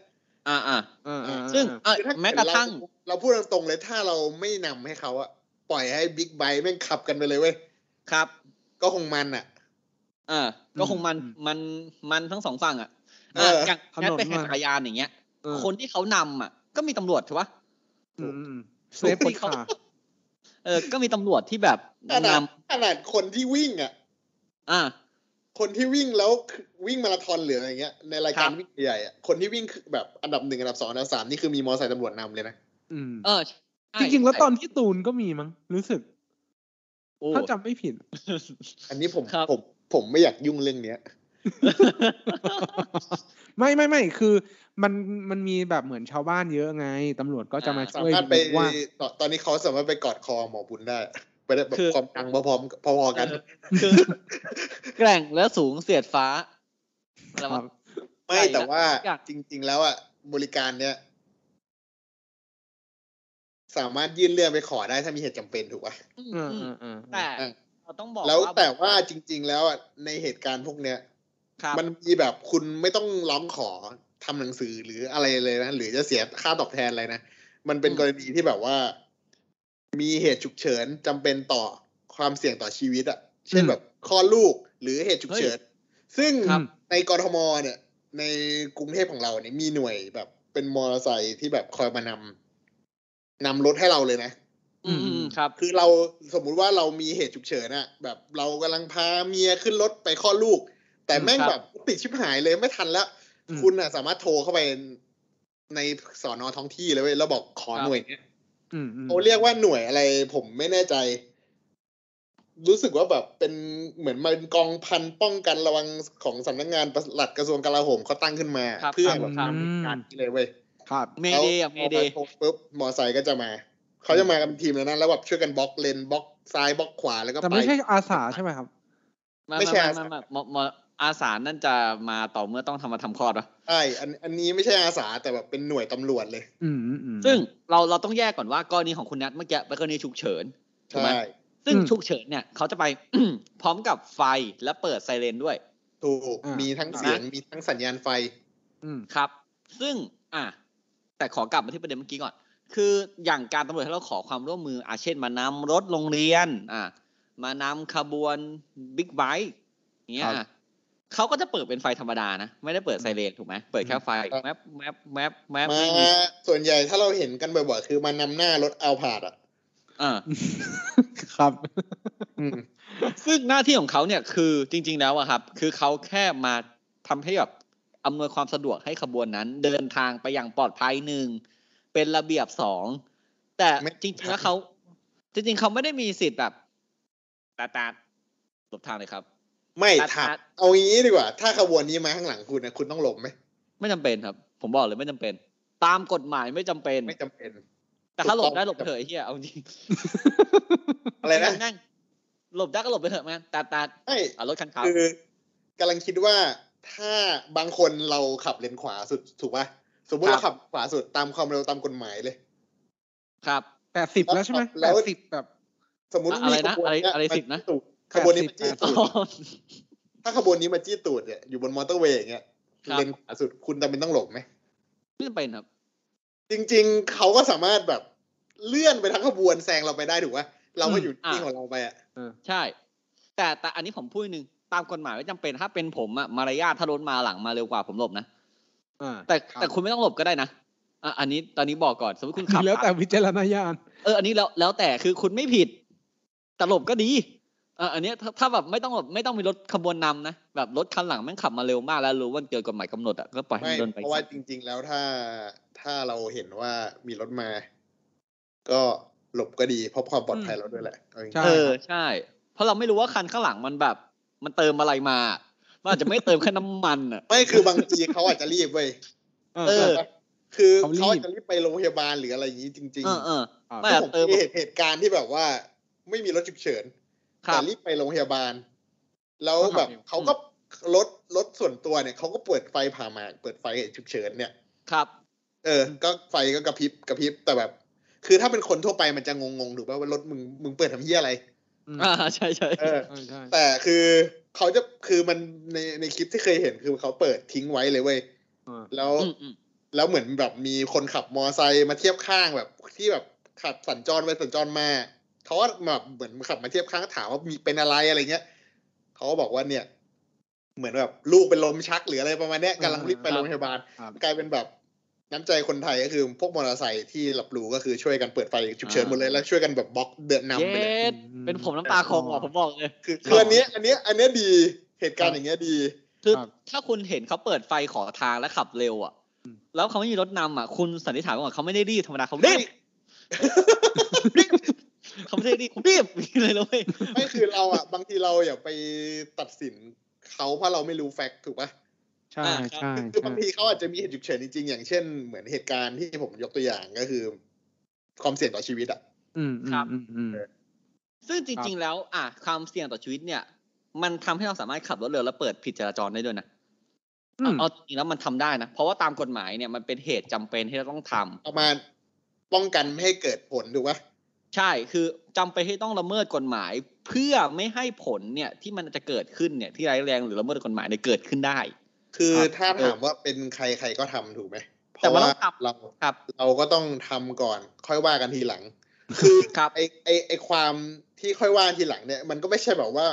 [SPEAKER 4] อ่าอ่า
[SPEAKER 5] อ่าอ่า
[SPEAKER 4] ซึ่งอ่ะ
[SPEAKER 6] คือถ้า
[SPEAKER 4] แม้กระทั่ง
[SPEAKER 6] เราเราพูดตรงๆเลยถ้าเราไม่นำให้เขาอะปล่อยให้บิ๊กไบแม่งขับกันไปเลยเว้ย
[SPEAKER 4] ครับ
[SPEAKER 6] ก็คงมันอะ
[SPEAKER 4] อ่า ก็คงมัน มัน มันทั้งสองฝั่งอ่ะ
[SPEAKER 6] เออ
[SPEAKER 4] อ่ะอย่าง
[SPEAKER 5] ถ
[SPEAKER 4] แค่
[SPEAKER 5] นน
[SPEAKER 4] ไปแข่ง
[SPEAKER 5] มา
[SPEAKER 4] จักรยานอย่างเงี้ย
[SPEAKER 5] เออ
[SPEAKER 4] คนที่เขานำอ่ะ ก็มีตำรวจถูกปะ
[SPEAKER 5] อืมอืมเซฟปวดขา
[SPEAKER 4] เออ ก็มีตำรวจที่แบบ
[SPEAKER 6] ขนาด
[SPEAKER 4] นำ
[SPEAKER 6] ขนาดคนที่วิ่งอะ
[SPEAKER 4] อ่า
[SPEAKER 6] คนที่วิ่งแล้ววิ่งมาราธอนหรืออะไรเงี้ยในรายกา
[SPEAKER 4] ค
[SPEAKER 6] ร
[SPEAKER 4] รับ
[SPEAKER 6] วิ่งใหญ่ๆอะคนที่วิ่งคือแบบอันดับหนึ่งอันดับสองอันดับสามนี่คือมีมอเตอร์ไซค์ตำรวจนำเลยนะ
[SPEAKER 5] อืม
[SPEAKER 4] เออใช่
[SPEAKER 5] จริงๆแล้วตอนที่ตูนก็มีมั้งรู้สึก
[SPEAKER 4] โอ้
[SPEAKER 5] ถ้าจำไม่ผิด
[SPEAKER 6] อันนี้ผม
[SPEAKER 4] ครับ
[SPEAKER 6] ผมผมไม่อยากยุ่งเรื่องเนี้ย
[SPEAKER 5] ไม่ไม่ไม่คือมันมันมีแบบเหมือนชาวบ้านเยอะไงตำรวจก็จะมา
[SPEAKER 6] สา
[SPEAKER 5] ช่วย
[SPEAKER 6] มารถไป
[SPEAKER 5] ว่า
[SPEAKER 6] ตอนตอนนี้เขาสามารถไปกอดคอหมอบุญได้ ไปได้แบบ
[SPEAKER 4] คือ
[SPEAKER 6] ความดังพอๆพอๆกัน
[SPEAKER 4] เออคือแกร่งและสูงเสียดฟ้า
[SPEAKER 5] ครับ
[SPEAKER 6] ไม่แต่ว่า
[SPEAKER 4] อยาก
[SPEAKER 6] จริง ๆ แล้วอ่ะบริการเนี้ยสามารถยื่นเรื่องไปขอได้ถ้ามีเหตุจำเป็นถูกป่ะ
[SPEAKER 4] อืม
[SPEAKER 5] เออ
[SPEAKER 4] อื
[SPEAKER 5] เอ
[SPEAKER 4] ม
[SPEAKER 5] อเออ
[SPEAKER 4] แต่เราต้องบอก
[SPEAKER 6] แล้วแต่ว่าจริง ๆ แล้วอ่ะในเหตุการณ์พวกเนี้ย
[SPEAKER 4] ครับ
[SPEAKER 6] มันมีแบบคุณไม่ต้องร้องขอทำหนังสือหรืออะไรเลยนะ หรือจะเสียค่าตอบแทนอะไรนะ มันเป็นกรณีที่แบบว่า มีเหตุฉุกเฉินจำเป็นต่อความเสี่ยงต่อชีวิตอะเช่นแบบคลอดลูกหรือเหตุฉุกเฉิน ซึ่ง
[SPEAKER 5] ครับ
[SPEAKER 6] ในกรทมเนี่ย ในกรุงเทพของเราเนี่ยมีหน่วยแบบเป็นมอเตอร์ไซค์ที่แบบคอยมานำนำรถให้เราเลยนะ
[SPEAKER 4] อืมอืมครับ
[SPEAKER 6] คือเราสมมุติว่าเรามีเหตุฉุกเฉินอะแบบเรากำลังพาเมียขึ้นรถไปคลอดลูก แต่แม่ง
[SPEAKER 4] ครับ
[SPEAKER 6] แบบติดชิบหายเลยไม่ทันแล้ว
[SPEAKER 5] อืม
[SPEAKER 6] คุณอะสามารถโทรเข้าไปในสอนอท้องที่เลยเว้ยแล้วบอกขอหน่วยเนี้ย
[SPEAKER 5] อืมอืม
[SPEAKER 6] เขาเรียกว่าหน่วยอะไรผมไม่แน่ใจ รู้สึกว่าแบบเป็นเหมือนมันกองพันป้องกันระวังของสำนักงานปลัดกระทรวงกลาโหมเขาตั้งขึ้นมา
[SPEAKER 4] ครับ
[SPEAKER 6] เพื่
[SPEAKER 4] ค
[SPEAKER 6] อ
[SPEAKER 4] รับ
[SPEAKER 6] แบบ
[SPEAKER 4] ครับ
[SPEAKER 6] ทำเหตุการณ์นี้เลยเว้ย
[SPEAKER 5] ครับ
[SPEAKER 4] เมเดย์อ่ะเมเดย์
[SPEAKER 6] พอไปพบปุ๊บมอไซค์ก็จะมา เขาจะมากันเป็นทีมเลยนะแล้วแบบช่วยกันบล็อกเลนบล็อกซ้ายบล็อกขวาแล้วก็
[SPEAKER 5] แต่
[SPEAKER 6] ไป
[SPEAKER 5] ไม่ใช่อาสาใช่ไหมครับ
[SPEAKER 4] มา
[SPEAKER 6] ไม่
[SPEAKER 4] มา
[SPEAKER 6] ใช่
[SPEAKER 4] มามามามาอาสานั่นจะมาต่อเมื่อต้องทำมาทำคลอดวะ
[SPEAKER 6] ใช่อันอันนี้ไม่ใช่อาสาแต่แบบเป็นหน่วยตำรวจเลย
[SPEAKER 5] อืมอืมอืม
[SPEAKER 4] ซึ่งเราเราต้องแยกก่อนว่ากรณีของคุณนัทเมื่อกี้เป็นกรณีฉุกเฉินถูกไหม
[SPEAKER 6] ใช่
[SPEAKER 4] ซึ่ง
[SPEAKER 5] อืม
[SPEAKER 4] ฉุกเฉินเนี่ยเขาจะไป พร้อมกับไฟและเปิดไซเรนด้วย
[SPEAKER 6] ถูก
[SPEAKER 5] อ่ามี
[SPEAKER 6] มีทั้งเสียง มีทั้งสัญญาณไฟ
[SPEAKER 5] อืม
[SPEAKER 4] ครับ ซึ่งอ่ะแต่ขอกลับมาที่ประเด็นเมื่อกี้ก่อน คืออย่างการตำรวจให้เราขอความร่วมมืออาเช่นมานำรถโรงเรียน อ่ะมานำขบวนบิ๊กไบค์อย่างเงี้ยอ่ะเขาก็จะเปิดเป็นไฟธรรมดานะ ไม่ได้เปิดไซเรนถูกไหมเปิดแค่ไฟ
[SPEAKER 6] ครับ
[SPEAKER 4] แมปแมปแมปแมป
[SPEAKER 6] มา
[SPEAKER 4] ไม่มี
[SPEAKER 6] ส่วนใหญ่ถ้าเราเห็นกันบ่อยๆ คือมานำหน้ารถเอาผาดอ่ะ
[SPEAKER 4] อ่า
[SPEAKER 5] ครับ
[SPEAKER 6] อืม
[SPEAKER 4] ซึ่งหน้าที่ของเขาเนี่ยคือจริง ๆ แล้วอะครับ คือเขาแค่มาทำให้แบบอำนวยความสะดวกให้ขบวนนั้น เดินทางไปอย่างปลอดภัยหนึ่งเป็นระเบียบสองแต่
[SPEAKER 6] ไม่
[SPEAKER 4] จริงๆแล้วเขาจริงๆเขาไม่ได้มีสิทธิ์แบบตาตาดหลบทางเลยครับ
[SPEAKER 6] ไม่
[SPEAKER 4] ตัด
[SPEAKER 6] ถาม
[SPEAKER 4] ตัด
[SPEAKER 6] เอางี้ดีกว่า ถ้าขบวนนี้มาข้างหลังคุณนะคุณต้องหลบไหม
[SPEAKER 4] ไม่จำเป็นครับ ผมบอกเลยไม่จำเป็น ตามกฎหมายไม่จำเป็น
[SPEAKER 6] ไม่จำเป็น
[SPEAKER 4] แต่ถ้าหล
[SPEAKER 6] ถู
[SPEAKER 4] บ
[SPEAKER 6] กต้อง
[SPEAKER 4] ได้หลบเถอะไอ้เฮียเอาจริง
[SPEAKER 6] อะไรนะ
[SPEAKER 4] นั่งหลบได้ก็หลบไปเถอะแม่งตาตาด
[SPEAKER 6] ไม่
[SPEAKER 4] เอารถคันขาว
[SPEAKER 6] คือกำลังคิดว่าถ้าบางคนเราขับเลนขวาสุดถูกป่ะสมมติเราขับขวาสุดตามความเร็วตามกฎหมายเลย
[SPEAKER 4] ครับ
[SPEAKER 5] แปดสิบแล้วใช่ไหม
[SPEAKER 6] แล้
[SPEAKER 5] แป
[SPEAKER 6] ว
[SPEAKER 5] ดสิบแบบ
[SPEAKER 6] สมมติ
[SPEAKER 4] อะอะไรนะ
[SPEAKER 6] ขบวเย
[SPEAKER 4] อะไรอะไรสิบนะ
[SPEAKER 6] มาจี้ตูดขบวนนี้มา
[SPEAKER 5] แปด
[SPEAKER 6] จี้
[SPEAKER 5] สิบ
[SPEAKER 4] อ๋
[SPEAKER 6] ตู
[SPEAKER 4] อ
[SPEAKER 6] ดถ้าขบวนนี้มาจี้ตูดเนี่ยอยู่บนมอเตอร์เวย์อย่างเงี้ย
[SPEAKER 4] ครับ
[SPEAKER 6] เลนขวาสุดคุณจำเป็นต้องหลบไหม
[SPEAKER 4] ไม่จำเป็นครับ
[SPEAKER 6] จริง ๆเขาก็สามารถแบบเลื่อนไปทั้งขบวนแซงเราไปได้ถูกป่ะเราก็อยู่นิ่ง
[SPEAKER 4] อ่ะ
[SPEAKER 6] ของเราไปอ่ะ
[SPEAKER 4] ใช่ แต่แต่อันนี้ผมพูดหนึ่งตามกฎหมายไม่จำเป็นถ้าเป็นผมอะมารยาทถ้ารถมาหลังมาเร็วกว่าผมหลบนะ
[SPEAKER 5] อ่า
[SPEAKER 4] แต่แต่คุณไม่ต้องหลบก็ได้นะอ่ะอันนี้ตอนนี้บอกก่อนสมมติคุณขับ
[SPEAKER 5] แล้วแต่วิจารณญาณ
[SPEAKER 4] เอออันนี้แล้วแล้วแต่คือคุณไม่ผิด แต่หลบก็ดีอ่ะอันเนี้ยถ้าถ้าแบบไม่ต้องหลบไม่ต้องมีรถขบวนนำนะแบบรถคันหลังแม่งขับมาเร็วมากแล้วรู้ว่าเกินกฎหมายกำหนดอะก็ปล่อยให้
[SPEAKER 6] ไม่
[SPEAKER 4] มันเดินไป
[SPEAKER 6] เพราะว่าจริง ๆ แล้วถ้าถ้าเราเห็นว่ามีรถมา ก็หลบก็ดีเพราะความปลอดภัยเราด้วยแหละเอาจริงๆ
[SPEAKER 5] ใช่
[SPEAKER 4] เออใช่ เพราะเราไม่รู้ว่าคันข้างหลังมันแบบ มันเติมอะไรมามันอาจจะไม่เติมแค่น้ำมันอะ
[SPEAKER 6] ไม่คือบางทีเขาอาจจะรีบเว้ย
[SPEAKER 4] เออ
[SPEAKER 6] คือ
[SPEAKER 5] เขารีบ
[SPEAKER 6] เขาอาจจะรีบไปโรงพยาบาลหรืออะไรอย่างนี้จริง
[SPEAKER 4] เออเออ
[SPEAKER 5] ครับ
[SPEAKER 4] ไม่
[SPEAKER 6] ๆ
[SPEAKER 4] อะ
[SPEAKER 6] ผม
[SPEAKER 4] เติม
[SPEAKER 6] มีเหตุเหตุการณ์ที่แบบว่า ไม่มีรถฉุกเฉิน
[SPEAKER 4] ครั
[SPEAKER 6] แต่
[SPEAKER 4] บ
[SPEAKER 6] รีบไปโรงพยาบาล แล้ว
[SPEAKER 5] ก็ขับ
[SPEAKER 6] แบบ
[SPEAKER 5] อยู่
[SPEAKER 6] เขาก็รถรถส่วนตัวเนี่ยเขาก็เปิดไฟผ่าหมากเปิดไฟฉุกเฉินเนี่ย
[SPEAKER 4] ครับ
[SPEAKER 6] เออ ก็ไฟก็กระพริบกระพริบแต่แบบ คือถ้าเป็นคนทั่วไปมันจะงงงๆถูกป่ะว่ารถมึงมึงเปิดทำเหี้ยอะไร
[SPEAKER 5] อืม
[SPEAKER 4] อ่าใช่ใช่
[SPEAKER 6] เออ
[SPEAKER 5] เออใช่
[SPEAKER 6] แต่คือ เขาจะคือมันในในคลิปที่เคยเห็นคือเขาเปิดทิ้งไว้เลยเว้ย
[SPEAKER 5] อ่า
[SPEAKER 6] แล้ว
[SPEAKER 4] อืมอืม
[SPEAKER 6] แล้วเหมือนแบบมีคนขับมอไซค์มาเทียบข้างแบบที่แบบขับสัญจรไปสัญจรมาเขาก็แบบเหมือนขับมาเทียบข้างถามว่ามีเป็นอะไรอะไรเงี้ยเขาก็บอกว่าเนี่ย เหมือนแบบลูกเป็นลมชักหรืออะไรประมาณเนี้ยกำลังรีบไปโรงพยาบาล
[SPEAKER 5] ครับ
[SPEAKER 6] กลายเป็นแบบน้ำใจคนไทยก็คือพวกมอเตอร์ไซค์ที่รับรู้ก็คือช่วยกันเปิดไฟฉุกเฉินหมดเลยแล้วช่วยกันแบบบล็อกเดือดนำไป
[SPEAKER 4] เย็
[SPEAKER 6] เลย
[SPEAKER 4] ดเป็นผมน้ำตาคลออ่ะผมบอกเลย
[SPEAKER 6] คือคืออันเนี้ยอันเนี้ยอันเนี้ยดีเหตุการณ์อย่างเงี้ยดี
[SPEAKER 4] คือ
[SPEAKER 5] ครับ
[SPEAKER 4] ถ้าคุณเห็นเขาเปิดไฟขอทางและขับเร็วอ่ะ แล้วเขาไม่มีรถนำอ่ะ คุณสันนิษฐานว่าเขาไม่ได้รีบธรรมดาเขารีบรีบเขาไม่ได้รีบผมรีบเลยเลยเว้ย
[SPEAKER 6] ไม่คือเราอ่ะ บางทีเราอย่าไปตัดสินเขาเพราะเราไม่รู้แฟกต์ถูกปะ
[SPEAKER 5] ใช่ใช่
[SPEAKER 6] คือ
[SPEAKER 5] ใช่
[SPEAKER 6] บางทีเขาอาจจะมีเหตุฉุกเฉินจริงๆ อย่างเช่น เหมือนเหตุการณ์ที่ผมยกตัวอย่างก็คือ ความเสี่ยงต่อชีวิตอ่ะ
[SPEAKER 5] อืมอืมอืมอืม
[SPEAKER 4] ซึ่งจริง ๆ แล้ว อ่ะความเสี่ยงต่อชีวิตเนี่ย มันทำให้เราสามารถขับรถเร็วและเปิดผิดจราจรได้ด้วยนะ
[SPEAKER 5] อืม
[SPEAKER 4] เอาเอาจริงๆแล้วมันทำได้นะ เพราะว่าตามกฎหมายเนี่ยมันเป็นเหตุจำเป็นที่เราต้องทำ
[SPEAKER 6] ประมาณป้องกันไม่ให้เกิดผลถูกปะ
[SPEAKER 4] ใช่คือจำเป็นที่ต้องละเมิดกฎหมาย เพื่อไม่ให้ผลเนี่ยที่มันจะเกิดขึ้นเนี่ยที่ร้ายแรงหรือละเมิดกฎหมายเนี่ยเกิดขึ้นได้
[SPEAKER 6] คือ
[SPEAKER 5] ครับ
[SPEAKER 6] ถ้าถามว่าเป็นใครใครก็ทำถูกไหมเพ
[SPEAKER 4] แต่
[SPEAKER 6] ราะ
[SPEAKER 4] มัน
[SPEAKER 6] ว่า
[SPEAKER 4] ต้องทำ
[SPEAKER 6] เรา
[SPEAKER 4] ครับ
[SPEAKER 6] เราก็ต้องทำก่อน ค่อยว่ากันทีหลัง คือ
[SPEAKER 4] ครับ
[SPEAKER 6] ไอไอไอความที่ค่อยว่าทีหลังเนี่ย มันก็ไม่ใช่แบบว่า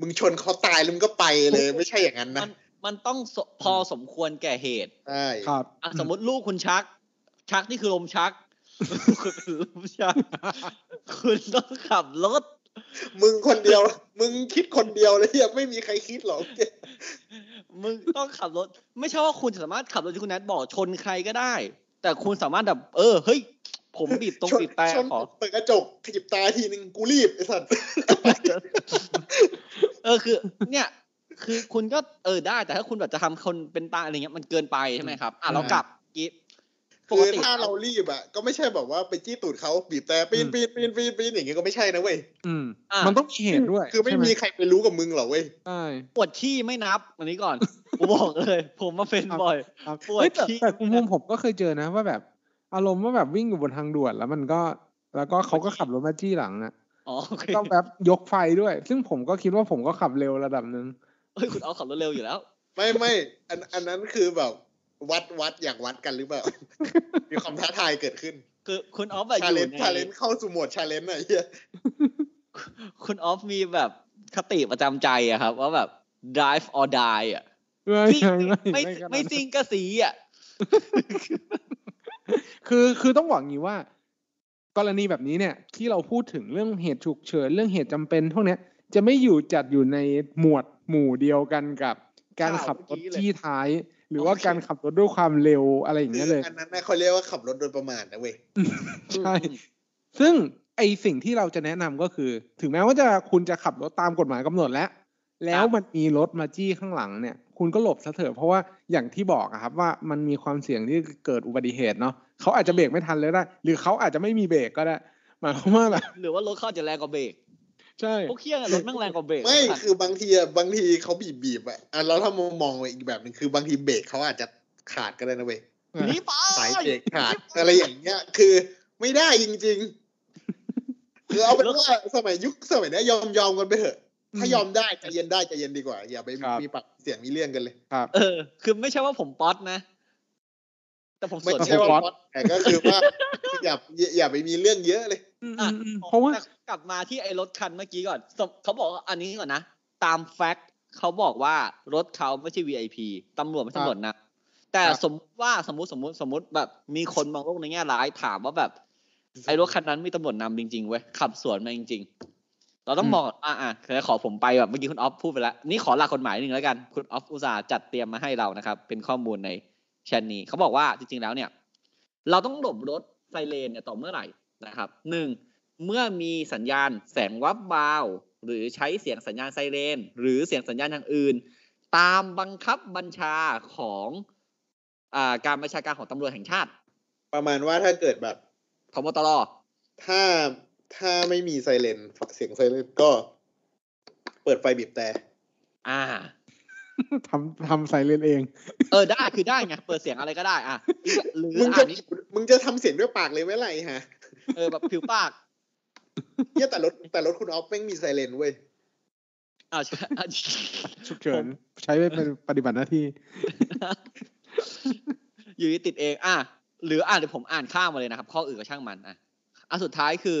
[SPEAKER 6] มึงชนเขาตายแล้วมึงก็ไปเลย ไม่ใช่อย่างนั้น
[SPEAKER 4] มั
[SPEAKER 6] นะ
[SPEAKER 4] นมันต้องสพอสมควรแก่เหตุ
[SPEAKER 6] ใช่
[SPEAKER 5] ครับ
[SPEAKER 4] อ่ะสมมติลูกคุณชัก ชักนี่คือลมชัก คุณเป็นลมชัก คุณต้องขับรถ
[SPEAKER 6] มึงคนเดียว มึงคิดคนเดียว เลยเหี้ยไม่มีใครคิดหรอก
[SPEAKER 4] มึงต้องขับรถ ไม่ใช่ว่าคุณจะสามารถขับรถที่คุณแนทบอกชนใครก็ได้ แต่คุณสามารถแบบ เออ เฮ้ย ผมบีบตรง
[SPEAKER 6] ชน
[SPEAKER 4] บีบแต่
[SPEAKER 6] ชน
[SPEAKER 4] ขอ
[SPEAKER 6] เปิดกระจกขยิบตาทีนึงกูรีบไอ้สัตว์
[SPEAKER 4] เออ คือ เนี่ย คือคุณก็เออได้ แต่ถ้าคุณแบบจะทำคนเป็นตายอะไรเงี้ยมันเกินไปใช่ไหมครับอ่ะเรากลับกิฟป
[SPEAKER 6] คื
[SPEAKER 4] ก
[SPEAKER 6] อ
[SPEAKER 4] ติ
[SPEAKER 6] ถ้าเรารีบอ่ะ ก็ไม่ใช่แบบว่าไปจี้ตูดเขาบีบแต่ปีนปีนปีนปีนปีนอย่างเงี้ยก็ไม่ใช่นะเว้ย
[SPEAKER 5] อืม
[SPEAKER 4] อ่ะ
[SPEAKER 5] มันต้องมีเหตุด้วย
[SPEAKER 6] คือไม่
[SPEAKER 5] ใช่ห
[SPEAKER 6] มีใครไปรู้กับมึงหรอกเว้ย
[SPEAKER 5] ใช่
[SPEAKER 4] ปวดขี้ไม่นับอันนี้ก่ อน ผมบอกเลย ผมมาเป็นบ่อย
[SPEAKER 5] ครับ
[SPEAKER 4] ปวด
[SPEAKER 5] เฮ้ยแต่
[SPEAKER 4] ขี้
[SPEAKER 5] แต่คุณภูมิผมก็เคยเจอนะ ว่าแบบอารมณ์ว่าแบบวิ่งอยู่บนทางด่วนแล้วมันก็ แล้วก็เขาก็ขับรถมาจี้หลังอะ
[SPEAKER 4] อ๋อโอเค
[SPEAKER 5] ก็แบบยกไฟด้วย ซึ่งผมก็คิดว่าผมก็ขับเร็วระดับหนึ่ง
[SPEAKER 4] เฮ้ยคุณเอาขับรถเร็วอยู่แล้ว
[SPEAKER 6] ไม่ไม่อันอันนั้นคือแบบ วัดวัดอยากวัดกันหรือเปล่า มีความท้าทายเกิดขึ้น
[SPEAKER 4] คือคุณออฟแบบอ
[SPEAKER 6] ชา
[SPEAKER 4] ยู่
[SPEAKER 6] เลนจ์ชาเล
[SPEAKER 4] ใน
[SPEAKER 6] นจ์เข้าสู่โหมดชาเลนจ์หน่อยเฮีย
[SPEAKER 4] คุณออฟมีแบบคติประจำใจอะครับว่าแบบ drive or die อะ
[SPEAKER 5] ไม่
[SPEAKER 4] ซิ่ง
[SPEAKER 5] ไม่ไม่
[SPEAKER 4] ไม่
[SPEAKER 5] ไม่ขนาดนั้น
[SPEAKER 4] ไม่ซิ่งก็สีอะ
[SPEAKER 5] คือคือต้องหวังอย่างนี้ว่า กรณีแบบนี้เนี่ย ที่เราพูดถึงเรื่องเหตุฉุกเฉินเรื่องเหตุจำเป็นพวกเนี้ยจะไม่อยู่จัดอยู่ในหมวดหมู่เดียวกันกับ การขับรถที่ท้าย หรือว่าการขับรถด้วยความเร็วอะไรอย่าง
[SPEAKER 6] คื
[SPEAKER 5] เงี้ย
[SPEAKER 6] อ
[SPEAKER 5] เลย
[SPEAKER 6] อันนั้นนะเขาเรียกว่าขับรถโดยประมาทนะเว้ย
[SPEAKER 5] ใช่ ซึ่งไอสิ่งที่เราจะแนะนำก็คือ ถึงแม้ว่าจะคุณจะขับรถตามกฎหมายกำหนดแล้ว แล้วมันมีรถมาจี้ข้างหลังเนี่ย คุณก็หลบซะเถอะเพราะว่าอย่างที่บอกอะครับว่ามันมีความเสี่ยงที่เกิดอุบัติเหตุเนาะเขาอาจจะเบรกไม่ทันเลยได้ หรือเขาอาจจะไม่มีเบรกก็ได้หมายความว่าแบบ
[SPEAKER 4] หรือว่ารถเข้าอาจจะแรงกว่าเบรก
[SPEAKER 5] ใช่
[SPEAKER 4] พวกเคี้ยงอะรถแม่งแรงกว่าเบรก
[SPEAKER 6] ไม่คือบางทีอะบางทีเขาบีบบีบๆอะอ่ะแล้วถ้ามองมองไปอีกแบบหนึ่งคือบางทีเบรกเขาอาจจะขาดก็ได้นะเว้ย
[SPEAKER 4] หนีไป
[SPEAKER 6] สายเบรกขาดอะไรอย่างเงี้ย คือไม่ได้จริงๆ คือเอาเป็นว่าสมัยยุคสมัยเนี้ยยอมยอมกันไปเถอะ ถ้ายอมได้ใจเย็นได้ใจเย็นดีกว่า อย่าไป
[SPEAKER 5] ครับ
[SPEAKER 6] มีปากเสียงมีเรื่องกันเลย
[SPEAKER 5] ครับ
[SPEAKER 4] เออ คือไม่ใช่ว่าผมป๊อตนะ แต่ผมส
[SPEAKER 6] ไม่
[SPEAKER 4] วน
[SPEAKER 6] ใช่ว่า
[SPEAKER 5] ครับ
[SPEAKER 6] พอดแต่ก็คือว่า อย่าอย่าอย่าไปมีเรื่องเยอะเลย
[SPEAKER 5] อืมอืมเพราะว่า
[SPEAKER 4] แต่กลับมาที่ไอ้รถคันเมื่อกี้ก่อนสมเขาบอกว่าอันนี้ก่อนนะ ตามแฟกต์เขาบอกว่ารถเขาไม่ใช่ VIP ตำรวจไม่ใช่ตำรวจนะ แต่สมมติว่าสมมติสมมติสมมติแบบมีคนมองโลกในแง่ร้ายถามว่าแบบ ไอ้รถคันนั้นมีตำรวจนำจริงๆเว้ยขับสวนมาจริง ๆ เราต้องมองก่อนอ่ะอ่ะคือขอผมไปแบบเมื่อกี้คุณออฟพูดไปแล้วนี่ขอหลักกฎหมายหนึ่งแล้วกัน คุณออฟอุตส่าห์จัดเตรียมมาให้เรานะครับ เป็นข้อมูลในแชนนี้เขาบอกว่าจริงๆแล้วเนี่ย เราต้องหลบรถไซเรนเนี่ยต่อเมื่อไหร่นะครับหนึ่ง เมื่อมีสัญญาณแสงวับวาว หรือใช้เสียงสัญญาณไซเรน หรือเสียงสัญญาณทางอื่น ตามบังคับบัญชาของอาการบัญชาการของตำรวจแห่งชาติ
[SPEAKER 6] ประมาณว่าถ้าเกิดแบบ
[SPEAKER 4] พบตร
[SPEAKER 6] ถ้าถ้าไม่มีไซเรนเสียงไซเรนก็ เปิดไฟบีบแต่
[SPEAKER 4] อ่า
[SPEAKER 5] ทำทำไซเลนเอง
[SPEAKER 4] เออได้คือได้ไงเปิดเสียงอะไรก็ได้อ่ะอีกหรือ
[SPEAKER 6] มึง
[SPEAKER 4] อ่า
[SPEAKER 6] จะ
[SPEAKER 4] นนี้
[SPEAKER 6] มึงจะทำเสียงด้วยปากเลยไหมล่ะไรฮะ
[SPEAKER 4] เออแบบผิวปาก
[SPEAKER 6] เนี่ยแต่รถแต่รถคุณออฟแม่งมีไซเรนเว้ย
[SPEAKER 4] อ้าวใช่อ้าว
[SPEAKER 5] ฉุกเฉินใช้ไปปฏิบัติหน้าที่
[SPEAKER 4] อยู่ดีติดเองอ่ะหรืออ่ะเดี๋ยวผมอ่านข้ามมาเลยนะครับ ข้ออื่นก็ช่างมันอ่ะอ่ะสุดท้ายคือ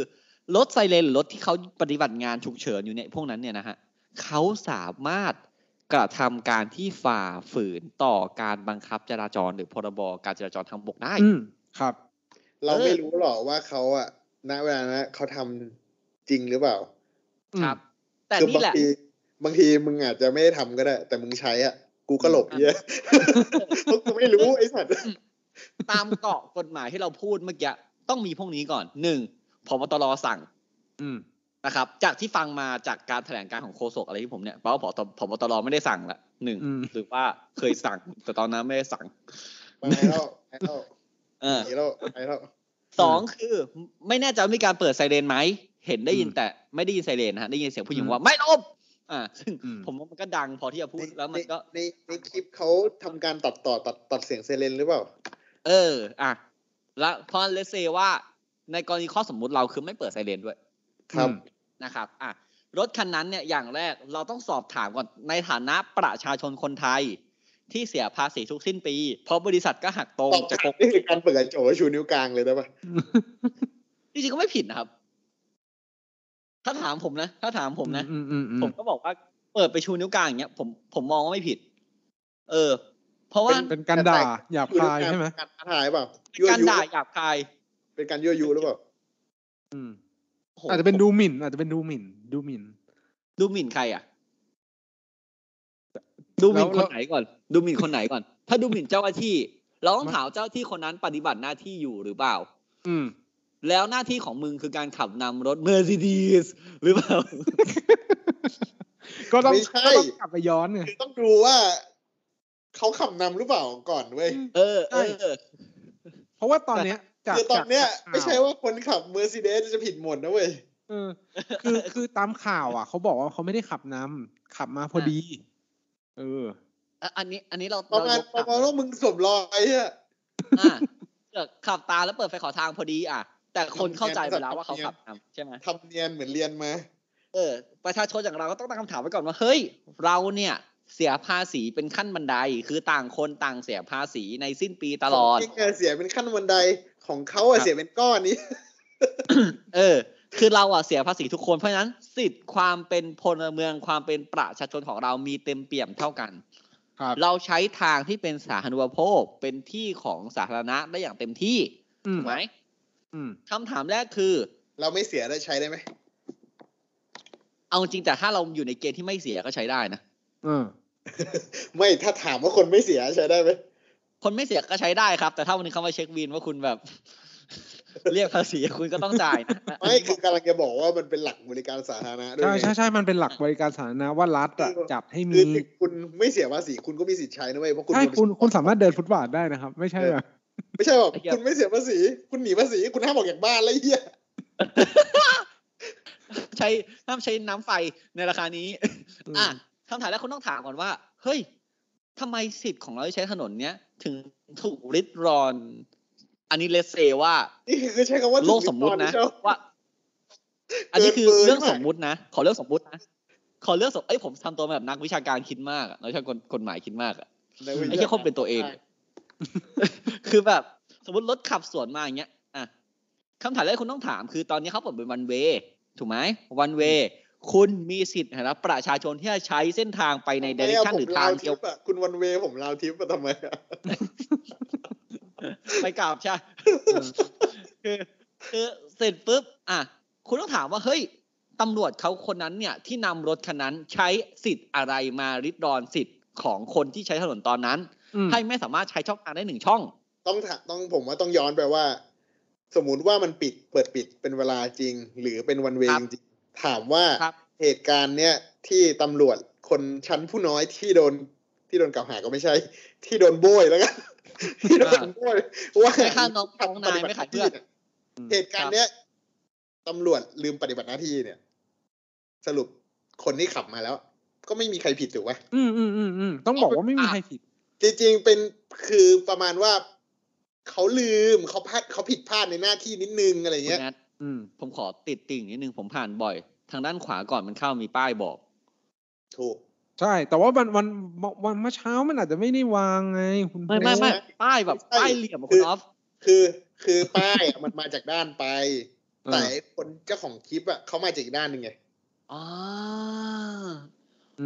[SPEAKER 4] รถไซเรนหรือรถที่เขาปฏิบัติงานฉุกเฉินอยู่เนี่ยพวกนั้นเนี่ยนะฮะเขาสามารถกระทำการที่ฝ่าฝืนต่อการบังคับจราจรหรือพรบการจราจรทางบกได้
[SPEAKER 5] อืมครับ
[SPEAKER 6] เราไม่
[SPEAKER 4] เออ
[SPEAKER 6] รู้หรอกว่าเขาอะณเวลานะเขาทำจริงหรือเปล่า
[SPEAKER 4] ครับ แต่
[SPEAKER 6] คื
[SPEAKER 4] นี่
[SPEAKER 6] บาง
[SPEAKER 4] แหละ
[SPEAKER 6] ทีบางทีมึงอาจจะไม่ได้ทำก็ได้ แต่มึงใช้อ่ะ กูก็หลบเยอะเพราะกูไม่รู้ไอ้สัตว์
[SPEAKER 4] ตามเกาะกฎหมายที่เราพูดเมื่อกี้ต้องมีพวกนี้ก่อนหนึ่งพบตรสั่ง
[SPEAKER 5] อืม
[SPEAKER 4] นะครับ จากที่ฟังมาจากการแถลงการของโฆษกอะไรที่ผมเนี่ยแปลว่าพบพบตรไม่ได้สั่งละหนึ่ง
[SPEAKER 5] อืม
[SPEAKER 4] หรือว่าเคยสั่ง แต่ตอนนั้นไม่ได้สั่ง
[SPEAKER 6] มาแล้วมาแล้ว
[SPEAKER 4] เออ
[SPEAKER 6] หนีแล้วไปแล้ว
[SPEAKER 4] สองคือไม่แน่ใจว่ามีการเปิดไซเรนไหมเห็นได้ยิน
[SPEAKER 5] อืม
[SPEAKER 4] แต่ไม่ได้ยินไซเรนนะฮะได้ยินเสียงผู้หญิง
[SPEAKER 5] อืม
[SPEAKER 4] ว่าไม่ลบอ่าซึ่ง
[SPEAKER 5] อืม
[SPEAKER 4] ผมว่ามันก็ดังพอที่จะพูดแล้วมันก็
[SPEAKER 6] ในในในคลิปเขาทำการตัดต่อตัดตัดเสียงเซเลนหรือเปล่า
[SPEAKER 4] เออ อ่ะแล้วเพราะเลเซว่าในกรณีข้อสมมุติเราคือไม่เปิดไซเรนด้วย
[SPEAKER 6] ครับ
[SPEAKER 5] อืม
[SPEAKER 4] นะครับ อ่ะ รถคันนั้นเนี่ย อย่างแรกเราต้องสอบถามก่อน ในฐานะประชาชนคนไทย ที่เสียภาษีทุกสิ้นปี เพราะบริษัทก็หักตรงจาก
[SPEAKER 6] นี่คือการเปิดกระจกแล้วชูนิ้วกลางเลยได้ปะ
[SPEAKER 4] จริงๆก็ไม่ผิดนะครับ ถ้าถามผมนะ ถ้าถามผมนะ
[SPEAKER 5] อืมอืมอืม
[SPEAKER 4] ผมก็บอกว่าเปิดไปชูนิ้วกลางอย่างเงี้ย ผม ผมมองว่าไม่ผิด เออ เพราะว่า
[SPEAKER 5] เป็นการด่าหยาบคายใช่ไหม
[SPEAKER 6] เป็นการท้าทายเปล่า
[SPEAKER 4] เป็น
[SPEAKER 6] ยั่ว
[SPEAKER 4] การ
[SPEAKER 6] ยุ
[SPEAKER 4] ด่าหยาบคาย
[SPEAKER 6] เป็นการยั่วยุหรือเปล่า
[SPEAKER 5] อืม
[SPEAKER 4] โโห
[SPEAKER 5] อาจจะเป็นดูหมิ่น อาจจะเป็นดูหมิ่น ดูหมิ่น
[SPEAKER 4] ดูหมิ่นใครอ่ะ ดูหมิ่นค
[SPEAKER 5] แล้วแล้
[SPEAKER 4] น
[SPEAKER 5] ว
[SPEAKER 4] ไหนก่อน ดูหมิ่นคนไหนก่อน ถ้าดูหมิ่นเจ้าหน้าที่ เราต้องถามเจ้าหน้าที่คนนั้นปฏิบัติหน้าที่อยู่หรือเปล่า
[SPEAKER 5] อืม
[SPEAKER 4] แล้วหน้าที่ของมึงคือการขับนำรถเมอร์ซีเดสหรือเปล่า
[SPEAKER 5] ก็ต้อง
[SPEAKER 6] ไม่ใช่
[SPEAKER 5] ก็ต้องกลับไปย้อนไง
[SPEAKER 6] คือต้องดูว่าเขาขับนำหรือเปล่าก่อนเว้ย
[SPEAKER 4] เออเออเออ
[SPEAKER 5] เพราะว่าตอนเนี้ยจาก
[SPEAKER 6] คือตอนเนี้ย
[SPEAKER 5] จากข่ว
[SPEAKER 6] ไม่ใช่ว่าคนขับเมอร์เซเดสจะผิดหมดนะเว้ย
[SPEAKER 5] เออ คือคือตามข่าวอ่ะเขาบอกว่าเขาไม่ได้ขับนำขับมาพอดี เออ
[SPEAKER 4] อันนี้ อันนี้เรา
[SPEAKER 6] ประมาณ
[SPEAKER 4] ยก
[SPEAKER 6] ประมาณว่ามึงสวมรอยอะ
[SPEAKER 4] อ่ะเกิดขับตามแล้วเปิดไฟขอทางพอดี อ่ะ แต่คนเข้าใจไปแล้วว่าเขาขับนำใช่ไหม
[SPEAKER 6] ทำเนียนเหมือนเรียนมา
[SPEAKER 4] เออประชาชนอย่างเราก็ต้องตั้งคำถามไว้ก่อนว่าเฮ้ย เราเนี่ยเสียภาษีเป็นขั้นบันได คือต่างคนต่างเสียภาษีในสิ้นปีตลอด
[SPEAKER 6] ของจริงะเสียเป็นขั้นบันไดของเขา
[SPEAKER 4] ค
[SPEAKER 6] อะ
[SPEAKER 4] รับ
[SPEAKER 6] เสียเป็นก้อนนี้
[SPEAKER 4] เออ คือเราอ่ะเสียภาษีทุกคนเพราะฉะนั้น สิทธิ์ความเป็นพลเมืองความเป็นประชาชนของเรามีเต็มเปี่ยมเท่ากัน
[SPEAKER 5] ครับ
[SPEAKER 4] เราใช้ทางที่เป็นสาธารณูปโภคเป็นที่ของสาธารณะได้อย่างเต็มที่
[SPEAKER 5] อืม
[SPEAKER 4] ถูกไหม
[SPEAKER 5] อืม
[SPEAKER 4] คำถามแรกคือ
[SPEAKER 6] เราไม่เสียได้ใช้ได้ไหม
[SPEAKER 4] เอาจริงแต่ถ้าเราอยู่ในเกณฑ์ที่ไม่เสียก็ใช้ได้นะ
[SPEAKER 5] เออ
[SPEAKER 6] ไม่ถ้าถามว่าคนไม่เสียใช้ได้ไหม
[SPEAKER 4] คนไม่เสียก็ใช้ได้ครับ แต่ถ้าวันนี้เขามาเช็คบินว่าคุณแบบ เรียกภาษีคุณก็ต้องจ่ายนะ อัน
[SPEAKER 6] ไม่
[SPEAKER 4] นี้
[SPEAKER 6] คือกำลังจะบอกว่ามันเป็นหลักบริการสาธารณะด้วย
[SPEAKER 5] ใช่
[SPEAKER 6] ไง
[SPEAKER 5] ใช่ใช่มันเป็นหลักบริการสาธารณะว่ารัฐอะจัดให้
[SPEAKER 6] คื
[SPEAKER 5] มี
[SPEAKER 6] อถึงคุณไม่เสียภาษีคุณก็มีสิทธิ์ใช้นะเว้ยเพราะคุณ
[SPEAKER 5] ใช่คุณคุณสามารถเดินฟุตบาทได้นะครับ ไม่ใช่แบบ
[SPEAKER 6] ไม่ใช่แบบคุณไม่เสียภาษี คุณหนีภาษีคุณห้ามออกจากบ้านแล้วไอ้เหี้ย
[SPEAKER 4] ใช้ห้ามใช้น้ำไฟในราคานี้ อ่ะคำถามแรกคุณต้องถามก่อนว่า เฮ้ยทำไมสิทธิ์ของเราที่ใช้ถนนเนี้ย ถึงถูกริดรอน อันนี้เลสเซว่า
[SPEAKER 6] นี่คือใช้คำว่า
[SPEAKER 4] โลกสมมุตินะ
[SPEAKER 6] ถูกต้อง
[SPEAKER 4] ว่า อันนี้คือ
[SPEAKER 6] เกินเบอร์
[SPEAKER 4] เรื่อง
[SPEAKER 6] ใช่ไหม
[SPEAKER 4] สมมุตินะ ขอเรื่องสมมุตินะ ขอเรื่องสมเอ้ยผมทำตัวแบบนักวิชาการคิดมากอะนักวิชาการกฎหมายคิดมากอะ
[SPEAKER 6] นะว้ย
[SPEAKER 4] ไอ้แค่คนเป็นตัวเอง คือแบบ สมมติรถขับสวนมาอย่างเงี้ย อ่ะคำถามแรกคุณต้องถามคือตอนนี้เขาเปิดเป็นวันเวถูกไหมวันเวคุณมีสิทธิ์ในฐานะประชาชนที่จะใช้เส้นทางไปในเดเรคชั่นหรือทางเดียว
[SPEAKER 6] ผมลทิปอะคุณวันเวย์ผมลาวทิปมาทำไมอะ
[SPEAKER 4] ไปกลับใช่ คือคือเสร็จปุ๊บ อ่ะ คุณต้องถามว่าเฮ้ยตำรวจเขาคนนั้นเนี่ยที่นำรถคันนั้นใช้สิทธิ์อะไรมาริดรอนสิทธิ์ของคนที่ใช้ถนนตอนนั้น
[SPEAKER 5] อืม
[SPEAKER 4] ให้ไม่สามารถใช้ช่องทางได้หนึ่งช่อง
[SPEAKER 6] ต้องถามต้องผมว่าต้องย้อนไปว่า สมมุติว่ามันปิดเปิดปิดเป็นเวลาจริง หรือเป็นวันเว
[SPEAKER 4] ค
[SPEAKER 6] ย์
[SPEAKER 4] รับ
[SPEAKER 6] จริงถามว่า
[SPEAKER 4] ครับ
[SPEAKER 6] เหตุการณ์เนี้ยที่ตำรวจคนชั้นผู้น้อยที่โดนที่โดนกล่าวหาก็ไม่ใช่ ที่โดนโบยแล้วกัน ที่โดนโบยว่า
[SPEAKER 4] ไม่ฆ่าน้องน้องนายไม่ขายเพื่อน
[SPEAKER 6] เหตุการณ์เนี้ยตำรวจลืมปฏิบัติหน้าที่เนี่ย สรุปคนที่ขับมาแล้ว ก็ไม่มีใครผิดถูกไหม
[SPEAKER 5] อืมอืมอืมอืมต้องบอกว่าไม่มีใครผิด
[SPEAKER 6] จริงๆ เป็นคือประมาณว่าเขาลืมเขาพลาดเขาผิดพลาดในหน้าที่นิดนึงอะไร
[SPEAKER 4] คุณ
[SPEAKER 6] เงี้ย
[SPEAKER 4] แอด
[SPEAKER 5] อืม
[SPEAKER 4] ผมขอติดติ่งนิดนึงผมผ่านบ่อย ทางด้านขวาก่อนมันเข้ามีป้ายบอก
[SPEAKER 6] ถูก
[SPEAKER 5] ใช่ แต่ว่าวันวันวันวันเมื่อเช้ามันอาจจะไม่ได้วางไง คุณ
[SPEAKER 4] ไม่ไม่ไม่ป้ายแบบ
[SPEAKER 6] ไม่ใช่
[SPEAKER 4] ป้ายเหลี่ยมอะคุณออฟ
[SPEAKER 6] คือคือป้ายอะ มันมาจากด้านไป
[SPEAKER 5] เออ
[SPEAKER 6] แต่ไอ้คนเจ้าของคลิปอ่ะเขามาจากอีกด้านหนึ่งไง
[SPEAKER 4] อ๋อ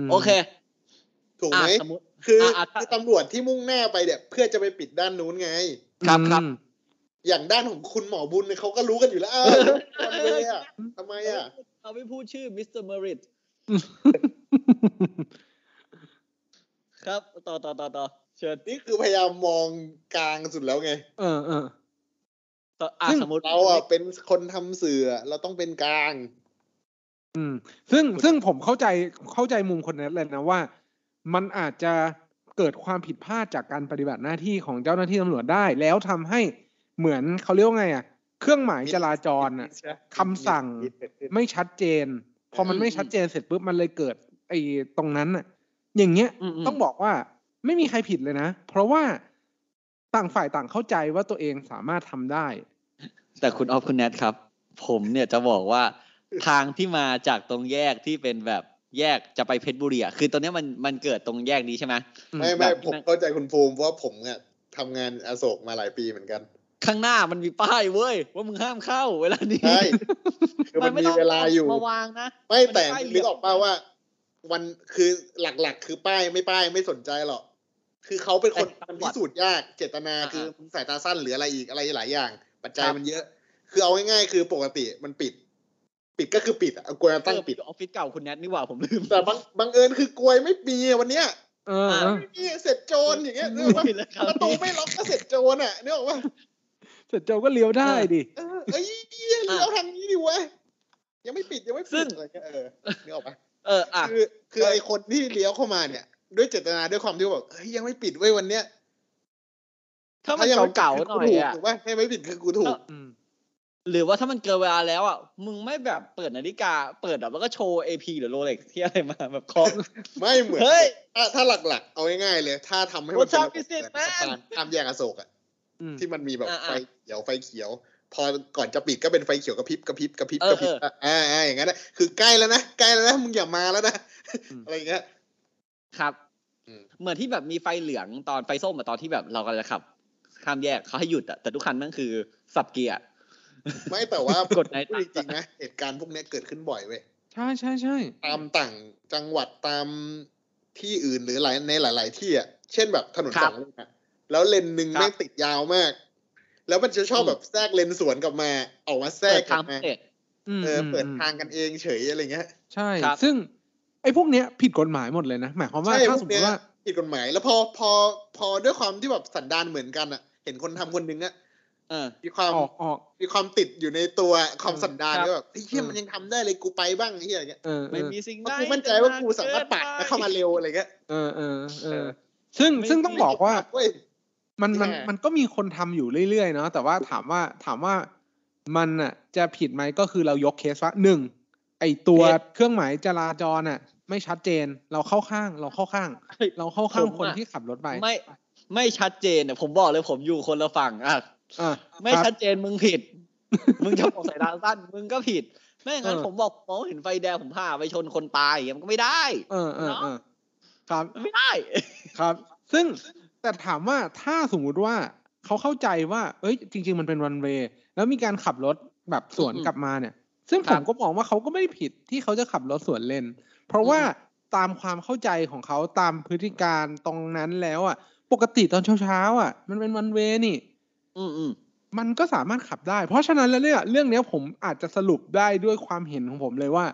[SPEAKER 5] ม
[SPEAKER 4] โอเค
[SPEAKER 6] ถูก
[SPEAKER 4] อ่ะ
[SPEAKER 6] ไหม
[SPEAKER 4] สมมติ
[SPEAKER 6] คืออะ
[SPEAKER 4] อ่ะ
[SPEAKER 6] คือตำรวจที่มุ่งหน้าไปเนี่ยเพื่อจะไปปิดด้านนู้นไง
[SPEAKER 4] ครับครับ
[SPEAKER 5] อืม
[SPEAKER 6] อย่างด้านของคุณหมอบุญเนี่ยเขาก็รู้กันอยู่แล้วเออคนเลยอ่ะทำไมอ่ะ
[SPEAKER 4] เราไม่พูดชื่อมิสเตอร์เมริตครับ ต่อต่อต่อต่อเชิญ
[SPEAKER 6] นี่คือพยายามมองกลางสุดแล้วไง
[SPEAKER 5] เออเออ
[SPEAKER 4] ต่ออ่ะ
[SPEAKER 5] ซึ่ง
[SPEAKER 4] สมมติ
[SPEAKER 6] เราอ่ะเป็นคนทำสื่ออะเราต้องเป็นกลาง
[SPEAKER 5] อืม ซึ่งซึ่งผมเข้าใจเข้าใจมุมคนนั้นเลยนะว่า มันอาจจะเกิดความผิดพลาดจากการปฏิบัติหน้าที่ของเจ้าหน้าที่ตำรวจได้ แล้วทำให้เหมือนเขาเรียกว่าไงอ่ะ เครื่องหมายจราจรอ่ะ คำสั่ง ไม่ชัดเจน พอมันไม่ชัดเจนเสร็จปุ๊บมันเลยเกิด ไอ้ตรงนั้นอ่ะ อย่างเงี้ย
[SPEAKER 4] มม
[SPEAKER 5] ต้องบอกว่าไม่มีใครผิดเลยนะ เพราะว่าต่างฝ่ายต่างเข้าใจว่าตัวเองสามารถทำได้
[SPEAKER 4] แต่คุณออฟคุณแนทครับ ผมเนี่ยจะบอกว่า ทางที่มาจากตรงแยกที่เป็นแบบแยกจะไปเพชรบุรีอ่ะคือตอนนี้ยมันมันเกิดตรงแยกนี้ใช่ไหม
[SPEAKER 6] ไม่ไม่
[SPEAKER 4] แบบ
[SPEAKER 6] ผมเข้าใจคุณภูมิเพราะว่าผมเนี่ยทำงานอโศกมาหลายปีเหมือนกัน
[SPEAKER 4] ข้างหน้ามันมีป้ายเว้ย ว่ามึงห้ามเข้าเวลานี้
[SPEAKER 6] ใช่ คือมันมี
[SPEAKER 4] ไต้ง
[SPEAKER 6] เวลาอยู่
[SPEAKER 4] มาวางนะ
[SPEAKER 6] ไม่แต่
[SPEAKER 4] มันไม่ได้
[SPEAKER 6] นึกออกป่าว่า วันคือหลักๆ คือป้ายไม่ป้ายไม่สนใจหรอก คือเขาเป็นคนมันพิสูจน์ยาก เจตนา
[SPEAKER 4] อ่าๆ
[SPEAKER 6] คือมึงสายตาสั้นหรืออะไรอีกอะไรหลายอย่าง ปัจจัย
[SPEAKER 4] ครับ
[SPEAKER 6] มันเยอะ คือเอาง่ายๆคือปกติมันปิด ปิดก็คือปิดอะเอากลวยมาตั้งปิด
[SPEAKER 4] เออออฟฟิศเก่าคุณแนทนี่หว่าผมลืม
[SPEAKER 6] แต่บังบังเอิญคือกลวยไม่มีอะวันเนี้ย
[SPEAKER 5] เออเออ
[SPEAKER 6] ไม่มีเสร็จโจรอย่างเงี้ยนึกออกปะ
[SPEAKER 4] ลืมแล้วค
[SPEAKER 6] ประตู
[SPEAKER 4] รับ
[SPEAKER 6] ไม่ล็อกก็เสร็จโจรอ่ะนึกออกว่า
[SPEAKER 5] เสร็จเจ้าก็เลี้ยวได้ดิ
[SPEAKER 6] เออเอ้ยเหี้ยเลี้ยวทางนี้ดิเวะยังไม่ปิดยังไม่
[SPEAKER 4] ซึ่
[SPEAKER 6] ปิ
[SPEAKER 4] ง
[SPEAKER 6] ดอะไรเงี้ยเออนึกออกปะ
[SPEAKER 4] เอออ่ะ
[SPEAKER 6] คือคือ
[SPEAKER 4] เออ
[SPEAKER 6] ไอคนที่เลี้ยวเข้ามาเนี่ย ด้วยเจตนาด้วยความที่ว่าแบบเฮ้ยยังไม่ปิดไว้ยวันเนี้ย
[SPEAKER 4] ถ้ามัน
[SPEAKER 6] ยังไม่ปิด
[SPEAKER 4] เก่า
[SPEAKER 6] คื
[SPEAKER 4] ๆหน่อย
[SPEAKER 6] ถูก
[SPEAKER 4] อ่ะ
[SPEAKER 6] ถูกป่ะให้ไม่ปิดคือกูถูก
[SPEAKER 5] อืม
[SPEAKER 4] หรือว่าถ้ามันเกินเวลาแล้วอ่ะ มึงไม่แบบเปิดนาฬิกา เปิดแบบแล้วก็โชว์เอพีหรือโรเล็กที่อะไรมาแบบคอม
[SPEAKER 6] ไม่เหมือน
[SPEAKER 4] เฮ้ย
[SPEAKER 6] ถ้าถ้าหลักๆ เอาง่ายๆเลย ถ้าทำให้มัน
[SPEAKER 4] What's
[SPEAKER 6] เป็น
[SPEAKER 4] up,
[SPEAKER 6] ระบบ
[SPEAKER 4] business
[SPEAKER 6] เหมือนสะพาน
[SPEAKER 4] man?
[SPEAKER 6] ข้ามแยกอโศกอะ
[SPEAKER 5] อืม
[SPEAKER 6] ที่มันมีแบบ
[SPEAKER 4] อ่าๆ
[SPEAKER 6] ไฟเขียวไฟเขียว พอก่อนจะปิดก็เป็นไฟเขียวกระพริบกระพริบกระพริบ
[SPEAKER 4] เออก
[SPEAKER 6] ระพริบ
[SPEAKER 4] เออ
[SPEAKER 6] อ่าอ่าอย่างนั้นนะคือใกล้แล้วนะใกล้แล้วนะมึงอย่ามาแล้วนะ
[SPEAKER 5] อืม
[SPEAKER 6] อะไรอย่างเงี้ย
[SPEAKER 4] ครับ
[SPEAKER 6] อืม
[SPEAKER 4] เหมือนที่แบบมีไฟเหลืองตอนไฟส้มอะตอนที่แบบเรากำลังจะขับข้ามแยกเขาให้หยุดอ่ะแต่ทุกคันนั่นคือสับเกียร์
[SPEAKER 6] ไม่แต่ว่าก
[SPEAKER 4] ดไหน
[SPEAKER 6] พูจริงๆนะเหตุการณ์พวกเนี้ยเกิดขึ้นบ่อยเว้ย
[SPEAKER 5] ใช่ใช่ใช่
[SPEAKER 6] ตามต่างจังหวัดตามที่อื่นหรือหลายในหลาย ๆ ที่อ่ะ เช่นแบบถนน
[SPEAKER 4] ครับ
[SPEAKER 6] สองเลนอะแล้วเลนหนึ่ง
[SPEAKER 4] ครับ
[SPEAKER 6] แม่งติดยาวมาก แล้วมันจะชอบ
[SPEAKER 4] อืม
[SPEAKER 6] แบบแทรกเลนสวนกลับมาออกมาแทร
[SPEAKER 4] เปิด
[SPEAKER 6] กกลั
[SPEAKER 4] ทาง
[SPEAKER 6] บ
[SPEAKER 4] พิ
[SPEAKER 6] มา
[SPEAKER 4] เศษ
[SPEAKER 5] ม
[SPEAKER 6] เออ
[SPEAKER 5] ม
[SPEAKER 6] เปิดทางกันเองเฉยอะไรเงี้ย
[SPEAKER 5] ใช่
[SPEAKER 4] ครับ
[SPEAKER 5] ซึ่งไอ้พวกเนี้ยผิดกฎหมายหมดเลยนะ หมายความว่า
[SPEAKER 6] ใช่
[SPEAKER 5] ถ้า
[SPEAKER 6] พว
[SPEAKER 5] สมม
[SPEAKER 6] กเนี้ย
[SPEAKER 5] ติว่า
[SPEAKER 6] ผิดกฎหมาย แล้วพอพอพอด้วยความที่แบบสันดานเหมือนกันอ่ะ เห็นคนทำคนหนึงอ่ะ
[SPEAKER 4] เออ
[SPEAKER 6] มีความ
[SPEAKER 5] ออกออก
[SPEAKER 6] มีความติดอยู่ในตัวความสันดาน
[SPEAKER 4] ครับ
[SPEAKER 6] ก็แบบเฮ้ยเหี้ย
[SPEAKER 5] อืม
[SPEAKER 6] มันยังทำได้เลยกูไปบ้างไอ้เหี้ยอย่างเงี้ย
[SPEAKER 5] เออเอ
[SPEAKER 4] ไม่
[SPEAKER 5] อ
[SPEAKER 4] มีสิ่งใด
[SPEAKER 6] เพราะกูมั่นใจว่ากูสามารถปาดแล้วเข้ามาเร็วอะไรเงี้ย
[SPEAKER 5] เออเออเออ ซึ่ง
[SPEAKER 4] ไม่
[SPEAKER 5] ซึ่งต้องบอกว่า
[SPEAKER 6] เว้ย
[SPEAKER 5] มันมัน
[SPEAKER 6] แย่
[SPEAKER 5] มันก็มีคนทำอยู่เรื่อยๆเนาะแต่ว่าถามว่าถามว่ามันอ่ะ จะผิดไหมก็คือเรายกเคสว่าหนึ่งไอตัว
[SPEAKER 4] เคส
[SPEAKER 5] เครื่องหมายจราจรอ่ะ ไม่ชัดเจนเราเข้าข้าง เราเข้าข้าง
[SPEAKER 4] เฮ้ย
[SPEAKER 5] เราเข้าข้าง
[SPEAKER 4] ผมอะ
[SPEAKER 5] คนที่ขับรถไป
[SPEAKER 4] ไม่ไม่ชัดเจนเนี่ยผมบอกเลยผมอยู่คนละฝั่งอ่ะ
[SPEAKER 5] อ่ะ
[SPEAKER 4] ไม่
[SPEAKER 5] ครับ
[SPEAKER 4] ชัดเจนมึงผิด มึงจะบอกสายตาสั้น มึงก็ผิด ไม่อย่างนั้น
[SPEAKER 5] เออ
[SPEAKER 4] ผมบอกมองเห็นไฟแดงผมพาไปชนคนตายอย่างเงี้ยมันก็ไม่ได้
[SPEAKER 5] เออเออเออครับ
[SPEAKER 4] มันไม่ได้
[SPEAKER 5] ครับ ซึ่งแต่ถามว่าถ้าสมมุติว่าเขาเข้าใจว่า เอ้ย จริง ๆ มันเป็นวันเวย์แล้วมีการขับรถแบบสวน
[SPEAKER 4] อืม
[SPEAKER 5] กลับมาเนี่ย ซึ่ง
[SPEAKER 4] ค
[SPEAKER 5] ผ
[SPEAKER 4] รับ
[SPEAKER 5] มก็มองว่าเขาก็ไม่ได้ผิดที่เขาจะขับรถสวนเลน เพราะว่าตามความเข้าใจของเขาตามพฤติการตรงนั้นแล้วอ่ะ ปกติตอนเช้าๆอ่ะ มันเป็นวันเวย์นี่
[SPEAKER 4] ืมอืม
[SPEAKER 5] มันก็สามารถขับได้ เพราะฉะนั้นแล้วเนี่ยเรื่องเนี้ยผมอาจจะสรุปได้ด้วยความเห็นของผมเลยว่า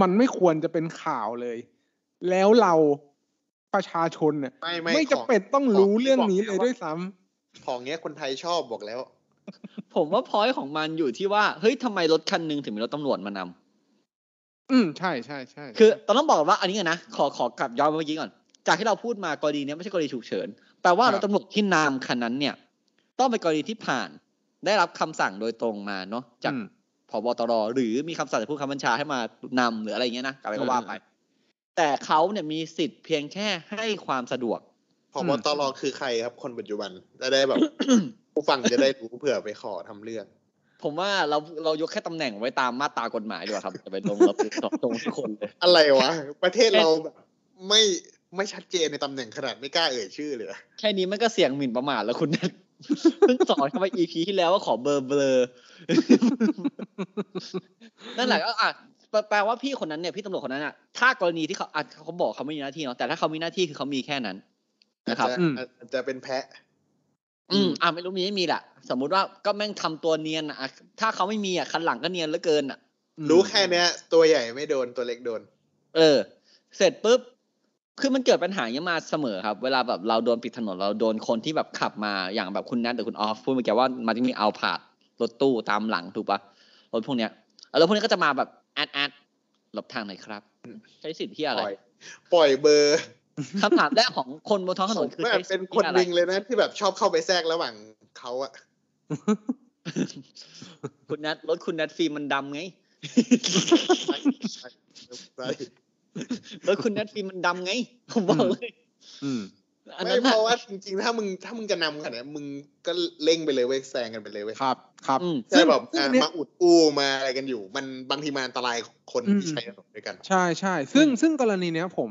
[SPEAKER 5] มันไม่ควรจะเป็นข่าวเลย แล้วเราประชาชนเนี่ย
[SPEAKER 6] ไม่
[SPEAKER 5] ไม่จะเป็นต้องรู้เรื่องนี้เลยด้วยซ้ำ
[SPEAKER 6] ของเงี้ยคนไทยชอบบอกแล้ว
[SPEAKER 4] ผมว่าพอยของมันอยู่ที่ว่า เฮ้ยทำไมรถคันหนึงถึงมีรถตำรวจมานำ
[SPEAKER 5] อืมใช่ใช่ใช่
[SPEAKER 4] คือตอนต้องบอกว่าอันนี้ก่อนนะ ขอขอกลับย้อนไปเมื่อกี้ก่อน จากที่เราพูดมากรณีเนี้ยไม่ใช่กรณีฉุกเฉิน แปลว่ารถตำรวจที่นำคันนั้นเนี่ย ต้องเป็นกรณีที่ผ่าน ได้รับคำสั่งโดยตรงมาเนาะจาก
[SPEAKER 5] อืม
[SPEAKER 4] ผบตรหรือมีคำสั่งจากผู้บังคับบัญชาให้มานำหรืออะไรอย่างเงี้ยนะอะไรก็ว่าไป
[SPEAKER 5] เออ
[SPEAKER 4] แต่เขาเนี่ยมีสิทธิ์เพียงแค่ให้ความสะดวก
[SPEAKER 6] พอบตรคือใครครับคนปัจจุบันจะได้ แบบ ผู้ฟังจะได้รู้เผื่อไปขอทำเรื่อง
[SPEAKER 4] ผมว่าเราเรายกแค่ตำแหน่งไว้ตามมาตรากฎหมายดีกว่าครับ จะไปลงเราไปตอบตรงทุกคนเลย
[SPEAKER 6] อะไรวะ ประเทศเราแบบ ไม่ไม่ชัดเจนในตำแหน่งขนาดไม่กล้าเอ่ยชื่อเลยอะ
[SPEAKER 4] แค่นี้มันก็เสียงหมิ่นประมาทแล้วคุณนั ทเพิ่งสอนเข้าไป EP ที่แล้วว่าขอเบอร์เบลอนั่นแหละก็อ่ะแปลแปลว่าพี่คนนั้นเนี่ยพี่ตำรวจคนนั้นอ่ะถ้ากรณีที่เขาอ่ะเขาบอกเขาไม่มีหน้าที่เนาะแต่ถ้าเขามีหน้าที่คือเขามีแค่นั้นนะครับ
[SPEAKER 6] อาจ
[SPEAKER 5] อื
[SPEAKER 6] จ
[SPEAKER 5] ม
[SPEAKER 6] อาจจะเป็นแพะ
[SPEAKER 4] อืมอ่ะไม่รู้มีไม่มีแหละสมมุติว่าก็แม่งทำตัวเนียนอ่ะถ้าเขาไม่มีอ่ะคันหลังก็เนียนเหลือเกินอ่ะ
[SPEAKER 5] อืม
[SPEAKER 6] รู้แค่เนี้ย ตัวใหญ่ไม่โดนตัวเล็กโดน
[SPEAKER 4] เออ เสร็จปุ๊บ คือมันเกิดปัญหาอย่างนี้มาเสมอครับ เวลาแบบเราโดนปิดถนนเราโดนคนที่แบบขับมาอย่างแบบคุณนัทหรือคุณออฟพูดเมื่อกี้ว่ามันจะมีเอาผาดรถตู้ตามหลังถูกปะรถพวกเนี้ยแล้วพวกเนี้ยก็จะมาแบบแอดแอดหลบทางหน่อยครับ ใช้สิทธิ์ที่
[SPEAKER 6] ป
[SPEAKER 4] อะไร
[SPEAKER 6] ล่อย ปล่อยเบอร์
[SPEAKER 4] คำถามแรกของคนบนท้องถนนคือ
[SPEAKER 6] ผม
[SPEAKER 4] ใช้สิท
[SPEAKER 6] ว่าเป็น
[SPEAKER 4] ธิ์
[SPEAKER 6] คน
[SPEAKER 4] ที่อะ
[SPEAKER 6] ห
[SPEAKER 4] ไร
[SPEAKER 6] นึ่งเลยนะ ที่แบบชอบเข้าไปแทรกระหว่างเขาอะ
[SPEAKER 4] คุณนัทรถคุณนัทฟิล์มมันดำ ไง
[SPEAKER 6] ใช่
[SPEAKER 4] รถคุณนัทฟิล์มมันดำไงผมบอกเลย
[SPEAKER 5] อืม
[SPEAKER 4] อัน
[SPEAKER 6] ไม่
[SPEAKER 4] นั้น
[SPEAKER 6] เพ
[SPEAKER 4] น่ะ
[SPEAKER 6] ราะว่าจริงๆ ถ้ามึงถ้ามึงจะนำขนาดเนี้ยมึงก็เร่งไปเลยเว้ยแซงกันไปเลยเว้ย
[SPEAKER 5] ครับครับ
[SPEAKER 4] อืม
[SPEAKER 6] ใช่แบบ
[SPEAKER 5] ซึ่ง
[SPEAKER 6] อ่ะ
[SPEAKER 5] เนี่ย
[SPEAKER 6] มาอุดอู้มาอะไรกันอยู่ มันบางทีมันอันตรายคน
[SPEAKER 5] อืม
[SPEAKER 6] ที่ใช้ถนนด้วยกัน
[SPEAKER 5] ใช่ใช่ซึ่งซึ่งกรณีเนี้ยผม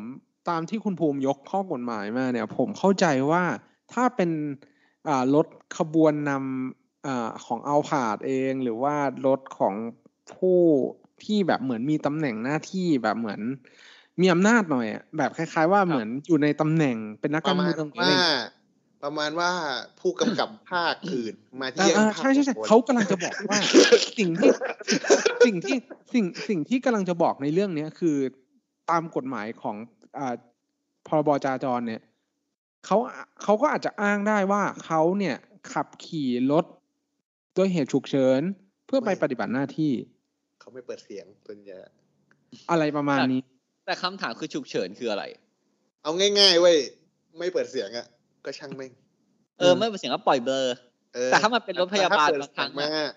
[SPEAKER 5] ตามที่คุณภูมิยกข้อกฎหมายมาเนี่ย ผมเข้าใจว่าถ้าเป็นอ่ารถขบวนนำอาของเอาผาดเอง หรือว่ารถของผู้ที่แบบเหมือนมีตำแหน่งหน้าที่แบบเหมือน มีอำนาจหน่อยอะแบบคล้าย ๆ ว่าเหมือนอยู่ในตำแหน่งเป็นนัก
[SPEAKER 6] ป
[SPEAKER 5] การ
[SPEAKER 6] ระมา
[SPEAKER 5] เมื
[SPEAKER 6] ณ
[SPEAKER 5] องอะไรอ
[SPEAKER 6] ว่า
[SPEAKER 5] ย่างเงี้ย
[SPEAKER 6] ประมาณว่าผู้กำกับภาคอื่น มา
[SPEAKER 5] อ่า
[SPEAKER 6] เยี่ยม
[SPEAKER 5] อ่า
[SPEAKER 6] ภาค
[SPEAKER 5] ใช่ใช่ใช่
[SPEAKER 6] ของตน
[SPEAKER 5] เขากำลังจะบอกว่า สิ่งที่สิ่งที่สิ่งสิ่งที่กำลังจะบอกในเรื่องเนี้ยคือตามกฎหมายของอาพรบจราจรเนี่ยเขาเขาก็อาจจะอ้างได้ว่าเขาเนี่ยขับขี่รถด้วยเหตุฉุกเฉิน เพื่อไป
[SPEAKER 6] ไม่
[SPEAKER 5] ปฏิบัติหน้าที่
[SPEAKER 6] เขาไม่เปิดเสียงส่วนใหญ่
[SPEAKER 5] อะไรประมาณนี้
[SPEAKER 4] แต่คำถามคือฉุกเฉินคืออะไร
[SPEAKER 6] เอาง่ายๆเว้ยไม่เปิดเสียงอะก็ช่างแม่ง
[SPEAKER 4] เออไม่เป็นเสียงก็ปล่อยเบลอ
[SPEAKER 6] เออ
[SPEAKER 4] แต่ถ้ามันเป็นรถพยาบาล
[SPEAKER 6] แต่ถ้เปิด
[SPEAKER 4] บางค
[SPEAKER 6] เสี
[SPEAKER 4] รั้
[SPEAKER 6] ย
[SPEAKER 4] ง
[SPEAKER 6] มา
[SPEAKER 4] อะ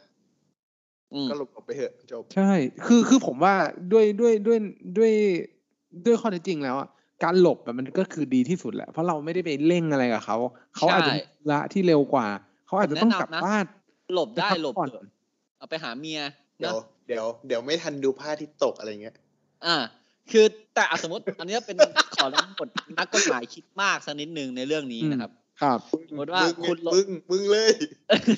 [SPEAKER 4] อืม
[SPEAKER 6] ก็หลบออกไปเถอะจบ
[SPEAKER 5] ใช่ คือคือผมว่าด้วยด้วยด้วยด้วยด้วยข้อเท็จจริงแล้วอะการหลบแบบมันก็คือดีที่สุดแหละ เพราะเราไม่ได้ไปเร่งอะไรกับเขา เขาอาจจะมีธุละที่เร็วกว่า เขาอาจจะต้องกลับ
[SPEAKER 4] แนะนำนะ
[SPEAKER 5] บ้าน
[SPEAKER 4] หลบได้
[SPEAKER 5] ปพัก
[SPEAKER 4] หลบ
[SPEAKER 5] ผ่อน
[SPEAKER 4] เถอะเอาไปหาเมีย
[SPEAKER 6] เดี๋ย
[SPEAKER 4] นะ
[SPEAKER 6] วเดี๋ยวเดี๋ยวไม่ทันดูผ้าที่ตกอะไรเงี้ย
[SPEAKER 4] อ่า คือแต่อ่ะสมมติ อันนี้ เป็นขอนักกฎนักกฎหมายคิดมากสักนิดนึงในเรื่องนี้นะครับ
[SPEAKER 5] ครับ
[SPEAKER 4] สมมติว่า
[SPEAKER 6] มึ
[SPEAKER 4] คุ
[SPEAKER 6] ง
[SPEAKER 4] ณหลบ
[SPEAKER 6] มึงมึงเลย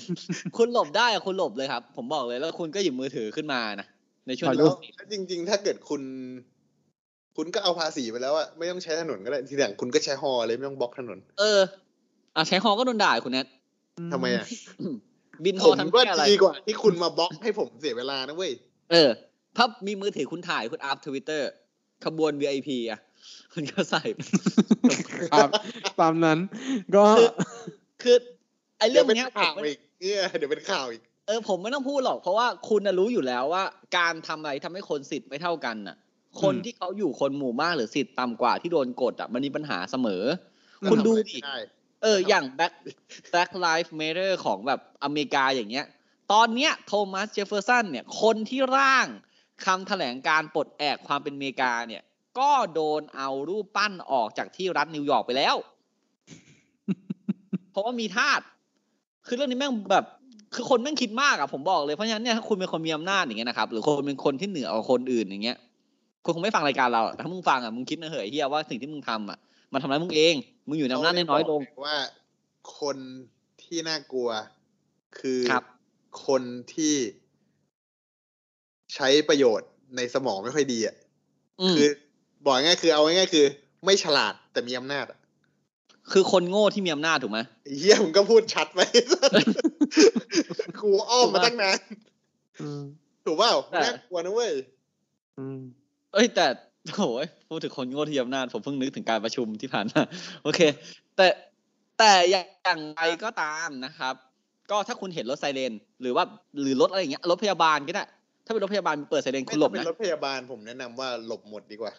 [SPEAKER 4] คุณหลบได้อะคุณหลบเลยครับ ผมบอกเลยแล้วคุณก็หยิบมือถือขึ้นมานะในช่วง
[SPEAKER 5] ขอดู
[SPEAKER 4] นี้
[SPEAKER 6] แล้วจริง ๆ ถ้าเกิดคุณ คุณก็เอาภาษีไปแล้วอะไม่ต้องใช้ถนนก็ได้ทีหลังคุณก็ใช้ฮอเลยไม่ต้องบล็อกถนน
[SPEAKER 4] เอออ่ะใช้ฮอก็โดนด่าคุณแนท
[SPEAKER 6] ทำไมอะ
[SPEAKER 4] บินฮ
[SPEAKER 6] ผ
[SPEAKER 4] อ
[SPEAKER 6] ม
[SPEAKER 4] ทำ
[SPEAKER 6] ก็
[SPEAKER 4] แค่อะไร
[SPEAKER 6] ดีกว่า ที่คุณมาบล็อกให้ผมเสียเวลานะเว้ย
[SPEAKER 4] เออ ถ้ามีมือถือคุณถ่ายคุณอัพทวิตเตอร์ขบวน VIP อ่ะ คุณก็ใส่
[SPEAKER 5] ครับ ตามนั้นก็
[SPEAKER 4] คือคือไอ้
[SPEAKER 6] เดี๋
[SPEAKER 4] เรื่
[SPEAKER 6] ย
[SPEAKER 4] อง
[SPEAKER 6] วเป็น
[SPEAKER 4] เนี้ยผม
[SPEAKER 6] ข่าว
[SPEAKER 4] ไม่
[SPEAKER 6] อีกเนี่ยเดี๋ยวเป็นข่าวอีก
[SPEAKER 4] เออผมไม่ต้องพูดหรอก เพราะว่าคุณน่ะรู้อยู่แล้วว่า การทำอะไรทำให้คนสิทธิ์ไม่เท่ากันน่ะ คนที่เขาอยู่คนหมู่มากหรือสิทธิ์ต่ำกว่าที่โดนกดอ่ะมันมีปัญหาเสมอ คุณดูดิ
[SPEAKER 6] ใช่
[SPEAKER 4] เออ
[SPEAKER 6] ครับ
[SPEAKER 4] อย่าง Black Black Lives Matter ของแบบอเมริกาอย่างเงี้ย ตอนเนี้ยโทมัสเจฟเฟอร์สันเนี่ยคนที่ร่างคำแถลงการปลดแอกความเป็นอเมริกาเนี่ย ก็โดนเอารูปปั้นออกจากที่รัฐนิวยอร์กไปแล้ว เพราะว่ามีทาสคือเรื่องนี้แม่งแบบ คือคนแม่งคิดมากอะผมบอกเลยเพราะฉะนั้นเนี่ยถ้าคุณเป็นคนมีอำนาจอย่างเงี้ยนะครับหรือคนเป็นคนที่เหนือกว่าคนอื่นอย่างเงี้ยคุณคงไม่ฟังรายการเราอะถ้ามึงฟังอะมึงคิดนะเหยเฮียว่าสิ่งที่มึงทำอะมันทำร้ายมึงเองมึงอยู่ในอำนาจน้อยๆลง
[SPEAKER 6] เขเรีกว่าคนที่น่ากลัวคือ
[SPEAKER 4] ครับ
[SPEAKER 6] คนที่ใช้ประโยชน์ในสมองไม่ค่อยดีอ่ะ
[SPEAKER 4] อืม
[SPEAKER 6] คือบอกง่ายๆคือเอาง่ายๆคือ ไม่ฉลาดแต่มีอำนาจอะ
[SPEAKER 4] คือคนโง่ที่มีอำนาจถูกไหม
[SPEAKER 6] ไอ้เฮียมึ งก็พูดชัดไป ครูอ้อมมาตั้งนาน
[SPEAKER 5] ม
[SPEAKER 6] ถูกเปล่า
[SPEAKER 4] แต่
[SPEAKER 6] น่ากลัวนะเว้ย
[SPEAKER 5] อืม
[SPEAKER 4] เอ้ยแต่โอ้ยพูดถึงคนโง่ที่มีอำนาจ ผมเพิ่งนึกถึงการประชุมที่ผ่านมา โอเค แต่แต่อย่างไรก็ตามนะครับ ก็ถ้าคุณเห็นรถไซเรนหรือว่าหรือรถอะไรอย่างเงี้ยรถพยาบาลก็ได้ถ้าเป็นรถพยาบาลเปิดไซเรน
[SPEAKER 6] ไม่
[SPEAKER 4] คุณหล
[SPEAKER 6] ต้อบ งเป็น
[SPEAKER 4] นะ
[SPEAKER 6] รถพยาบาลผมแนะนำว่าหลบหมดดีกว่า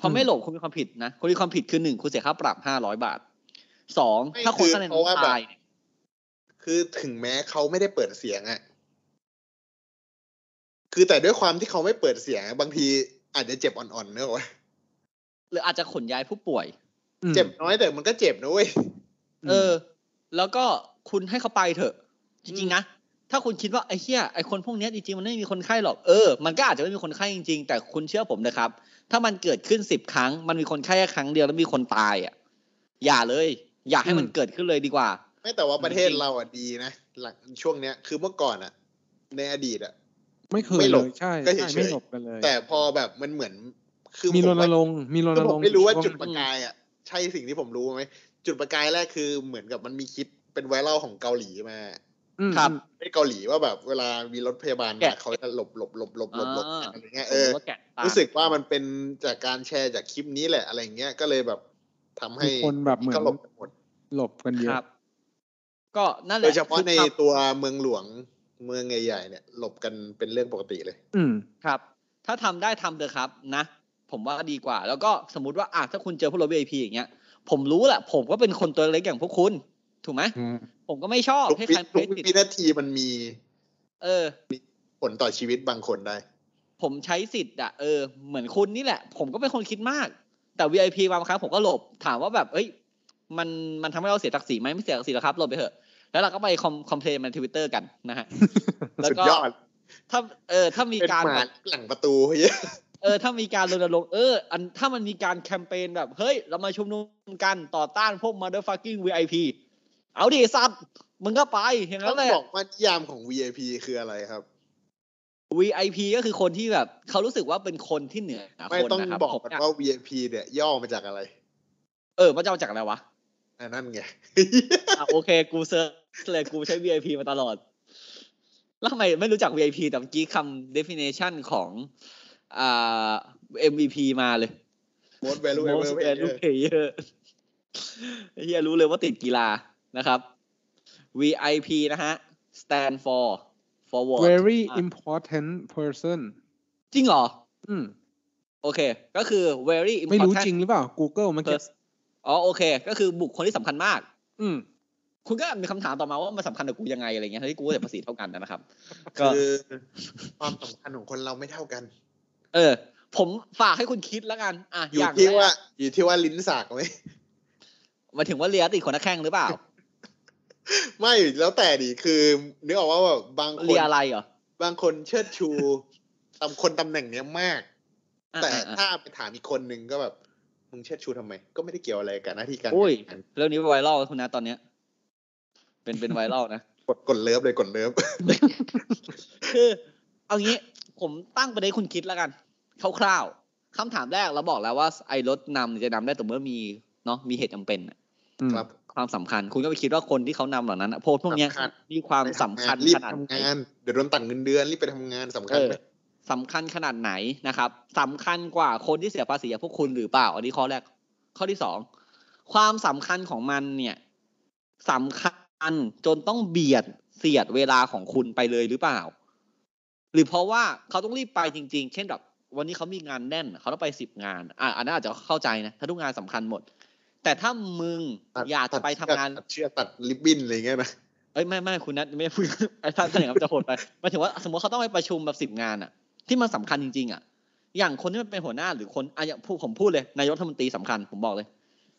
[SPEAKER 4] พอไม่หลบคุณมีความผิดนะคุณมีความผิดคือหนึ่งคุณเสียค่าปรับห้าร้อยบาทสอง
[SPEAKER 6] ไม่
[SPEAKER 4] ถ้าคน
[SPEAKER 6] คือ
[SPEAKER 4] ข้างใน
[SPEAKER 6] เพราะว่า
[SPEAKER 4] นั้น
[SPEAKER 6] แบบ
[SPEAKER 4] ตายเนี่ย
[SPEAKER 6] คือถึงแม้เขาไม่ได้เปิดเสียงอ่ะ คือแต่ด้วยความที่เขาไม่เปิดเสียงอะบางทีอาจจะเจ็บอ่อนๆเนอะวะ
[SPEAKER 4] หรืออาจจะขนย้ายผู้ป่วย
[SPEAKER 6] เจ็บน้อยแต่มันก็เจ็บนะเว้ย
[SPEAKER 4] เออ แล้วก็คุณให้เขาไปเถอะ จริงๆนะ ถ้าคุณคิดว่าไอ้เหี้ยไอ้คนพวกเนี้ยจริงๆมันไม่มีคนไข้หรอก เออ มันก็อาจจะไม่มีคนไข้จริงๆ แต่คุณเชื่อผมนะครับ ถ้ามันเกิดขึ้นสิบครั้ง มันมีคนแค่ครั้งเดียวแล้วมีคนตายอ่ะอย่าเลย อย่าให้มัน
[SPEAKER 5] อืม
[SPEAKER 4] เกิดขึ้นเลยดีกว่า
[SPEAKER 6] ไม่แต่ว่าประเทศเราอ่ะดีนะ หลังช่วงเนี้ยคือเมื่อก่อนอ่ะ ในอดีตอ่ะ
[SPEAKER 5] ไม่เคย
[SPEAKER 6] ไม่หล
[SPEAKER 5] เล
[SPEAKER 6] บ
[SPEAKER 5] ยใช่
[SPEAKER 6] ก็
[SPEAKER 5] ใช่
[SPEAKER 6] เฉยๆ
[SPEAKER 5] ไม่หลบกันเลย
[SPEAKER 6] แต่พอแบบมันเหมือน คือ
[SPEAKER 5] มี
[SPEAKER 6] ผ
[SPEAKER 5] รณ
[SPEAKER 6] ว่า
[SPEAKER 5] รงค์มีรณ
[SPEAKER 6] คือผ
[SPEAKER 5] รง
[SPEAKER 6] ม
[SPEAKER 5] ค์
[SPEAKER 6] ไม่รู้ว่าจุด
[SPEAKER 5] ช่ง
[SPEAKER 6] ประกายอ่ะใช่สิ่งที่ผมรู้ไหมจุดประกายแรกคือเหมือนกับมันมีคลิปเป็นไวรัลของเกาหลีมา
[SPEAKER 5] อืม
[SPEAKER 4] ครับ
[SPEAKER 6] ในเกาหลีว่าแบบเวลามีรถพยาบาลมา
[SPEAKER 4] แกะ
[SPEAKER 6] เขาจะหลบหลบหลบหลบหลบหลบอะไรเงี้ย
[SPEAKER 4] ผ
[SPEAKER 6] เอ
[SPEAKER 4] ม
[SPEAKER 6] อ
[SPEAKER 4] ว่าแกะตาม
[SPEAKER 6] รู้สึกว่ามันเป็นจากการแชร์จากคลิปนี้แหละอะไรเงี้ยก็เลยแบบทำให้
[SPEAKER 5] มีคนแบบเหมือน
[SPEAKER 6] ก็หลบหมด
[SPEAKER 5] หลบกันเย
[SPEAKER 4] ค
[SPEAKER 5] อะ
[SPEAKER 4] รับ ก็นั่นแห
[SPEAKER 6] โด
[SPEAKER 4] ละ
[SPEAKER 6] ยเฉพาะ
[SPEAKER 4] คือ
[SPEAKER 6] ใน
[SPEAKER 4] ทำ
[SPEAKER 6] ตัวเมืองหลวงเมืองใหญ่ๆเนี่ย หลบกันเป็นเรื่องปกติเลย
[SPEAKER 5] อืม
[SPEAKER 4] ครับ ถ้าทำได้ทำเถอะครับนะ ผมว่าดีกว่า แล้วก็สมมติว่าอ่ะถ้าคุณเจอพวกรถ VIP อย่างเงี้ย ผมรู้แหละ ผมก็เป็นคนตัวเล็กอย่างพวกคุณ ถูกไหม ผมก็ไม่ชอบ
[SPEAKER 6] ทุก
[SPEAKER 4] ให้
[SPEAKER 6] วิ
[SPEAKER 4] ใคร
[SPEAKER 6] ทุ
[SPEAKER 4] ไม่
[SPEAKER 6] ก
[SPEAKER 4] ติด
[SPEAKER 6] วินาทีมันมี
[SPEAKER 4] เออ
[SPEAKER 6] ผลต่อชีวิตบางคนได้
[SPEAKER 4] ผมใช้สิทธิ์อ่ะ เออ เหมือนคุณนี่แหละ ผมก็เป็นคนคิดมาก แต่ VIP บางครั้งผมก็หลบ ถามว่าแบบ เอ้ย มัน มันทำให้เราเสียศักดิ์ศรีไหมไม่เสียศักดิ์ศรีหรอกครับ หลบไปเถอะ แล้วเราก็ไปคอมคอมเพลนในทวิตเตอร์กันนะ ฮะ แล้ว
[SPEAKER 6] สุด
[SPEAKER 4] ก็
[SPEAKER 6] ยอด
[SPEAKER 4] ถ้า เออ ถ้ามี
[SPEAKER 6] เป็น
[SPEAKER 4] การ
[SPEAKER 6] หมา
[SPEAKER 4] แบบ
[SPEAKER 6] หลังประตูเยอะ
[SPEAKER 4] เออถ้ามีการรณรงค์เอออันถ้ามันมีการแคมเปญแบบ เฮ้ย เรามาชุมนุมกันต่อต้านพวก motherfucking VIP เอาดิไอ้สัตว์มึงก็ไปอย่างนั้
[SPEAKER 6] ต้อน ง
[SPEAKER 4] แหละ
[SPEAKER 6] บอกว่านิยามของ VIP คืออะไรครับ
[SPEAKER 4] VIP ก็คือคนที่แบบเขารู้สึกว่าเป็นคนที่เหนือ
[SPEAKER 6] ไม่
[SPEAKER 4] คน
[SPEAKER 6] ต้อง
[SPEAKER 4] นะครับ
[SPEAKER 6] บอก
[SPEAKER 4] ผม
[SPEAKER 6] กัน
[SPEAKER 4] อะ
[SPEAKER 6] ว่า VIP เนี่ยย่อมาจากอะไร
[SPEAKER 4] เออมันจะมาจากอะไรวะ
[SPEAKER 6] อันนั่นไง
[SPEAKER 4] อ่ะโอเค กูเซิร์ชเลยกูใช้ VIP มาตลอด แล้วทำไมไม่รู้จัก VIP แต่เมื่อกี้คำ definition ของอ่า MVP มาเลย
[SPEAKER 6] Most valuable
[SPEAKER 4] most
[SPEAKER 6] player
[SPEAKER 4] value player เฮียรู้เลยว่าติดกีฬานะครับ VIP นะฮะ stand for forward
[SPEAKER 5] very
[SPEAKER 4] อ่ะ
[SPEAKER 5] important person
[SPEAKER 4] จริงเหรอ
[SPEAKER 5] อืม
[SPEAKER 4] โอเค ก็คือ very important
[SPEAKER 5] ไม่รู้จริงหรือเปล่า Google เมื่อกี้
[SPEAKER 4] person อ๋อโอเค ก็คือบุคคลที่สำคัญมาก
[SPEAKER 5] อืม
[SPEAKER 4] คุณก็มีคำถามต่อมาว่ามันสำคัญกับกูยังไงอะไรเงี้ยทั้งที่กูก็เสียภาษีเท่ากันนะครับ ก็
[SPEAKER 6] คือ ความสำคัญของคนเราไม่เท่ากัน
[SPEAKER 4] เออ ผมฝากให้คุณคิดแล้วกัน อ่ะ
[SPEAKER 6] อยู่
[SPEAKER 4] าง
[SPEAKER 6] ที่
[SPEAKER 4] แรก
[SPEAKER 6] ว่าอยู่ที่ว่าลิ้นสากไหม
[SPEAKER 4] หมายถึงว่าเลียติดคนละแข้งหรือเปล่า
[SPEAKER 6] ไม่แล้วแต่ดิคือนึกออกว่าแบบบางค
[SPEAKER 4] เลี
[SPEAKER 6] น
[SPEAKER 4] ยอะไรเหรอบ
[SPEAKER 6] างคนเชิดชูตำคนตำแหน่งเนี้ยมาก
[SPEAKER 4] อ่ะ
[SPEAKER 6] แต่
[SPEAKER 4] อ่ะอ่ะ
[SPEAKER 6] ถ้าไปถามอีกคนนึงก็แบบมึงเชิดชูทำไม ก็ไม่ได้เกี่ยวอะไรกับหน้าที่การ
[SPEAKER 4] โอ้ย
[SPEAKER 6] งาน
[SPEAKER 4] เรื่องนี้ไวรัลคุณนะตอนเนี้ย เป็นเป็นไวรัลนะ
[SPEAKER 6] กดกดเลิฟเลยกดเลิฟ
[SPEAKER 4] คือเอางี้ผมตั้งประเด็นให้คุณคิดแล้วกันคร่าวๆคำถามแรกเราบอกแล้วว่าไอ้รถนำเนี่ยจะนำได้แต่เมื่อมีเนาะมีเหตุจำเป็นน่ะ
[SPEAKER 6] ครับ
[SPEAKER 4] ความสำคัญ คุณก็ไปคิดว่าคนที่เขานำเหล่านั้นน่ะโพสต์พวกเนี้ย
[SPEAKER 6] สำคัญ
[SPEAKER 4] มีความสำคัญ
[SPEAKER 6] รีบ
[SPEAKER 4] ขนาด
[SPEAKER 6] ทำ
[SPEAKER 4] ไหน
[SPEAKER 6] งานเดี๋ยวโดนตัดเงินเดือนรีบไปทำงานสำคั
[SPEAKER 4] เอ
[SPEAKER 6] ญ
[SPEAKER 4] อ
[SPEAKER 6] ไหม
[SPEAKER 4] สำคัญขนาดไหนนะครับสำคัญกว่าคนที่เสียภาษีอย่างพวกคุณหรือเปล่า อันนี้ข้อแรก ข้อที่สองความสำคัญของมันเนี่ยสำคัญจนต้องเบียดเสียดเวลาของคุณไปเลยหรือเปล่า หรือเพราะว่าเขาต้องรีบไปจริง ๆ เช่นแบบวันนี้เขามีงานแน่นเขาต้องไปสิบงาน อ่ะอันนั้นอาจจะเข้าใจนะ ถ้าทุกงานสำคัญหมด แต่ถ้ามึง
[SPEAKER 6] ตัด
[SPEAKER 4] อยากจะไปทำงาน
[SPEAKER 6] ตัดเชือกตัดลิบบิ้นอะไรเงี้ยนะ
[SPEAKER 4] เอ้ยไม่ไม่คุณนัทไม่พูด ไอ้ท่านท่านอย่างนั้นจะโหดไป หมายถึงว่าสมมติเขาต้องไปประชุมแบบสิบ10 งานอะที่มันสำคัญจริง ๆอะอย่างคนที่มันเป็นหัวหน้าหรือคนอ่ะอย่างผู้ผมพูดเลยนายกรัฐมนตรีสำคัญผมบอกเลย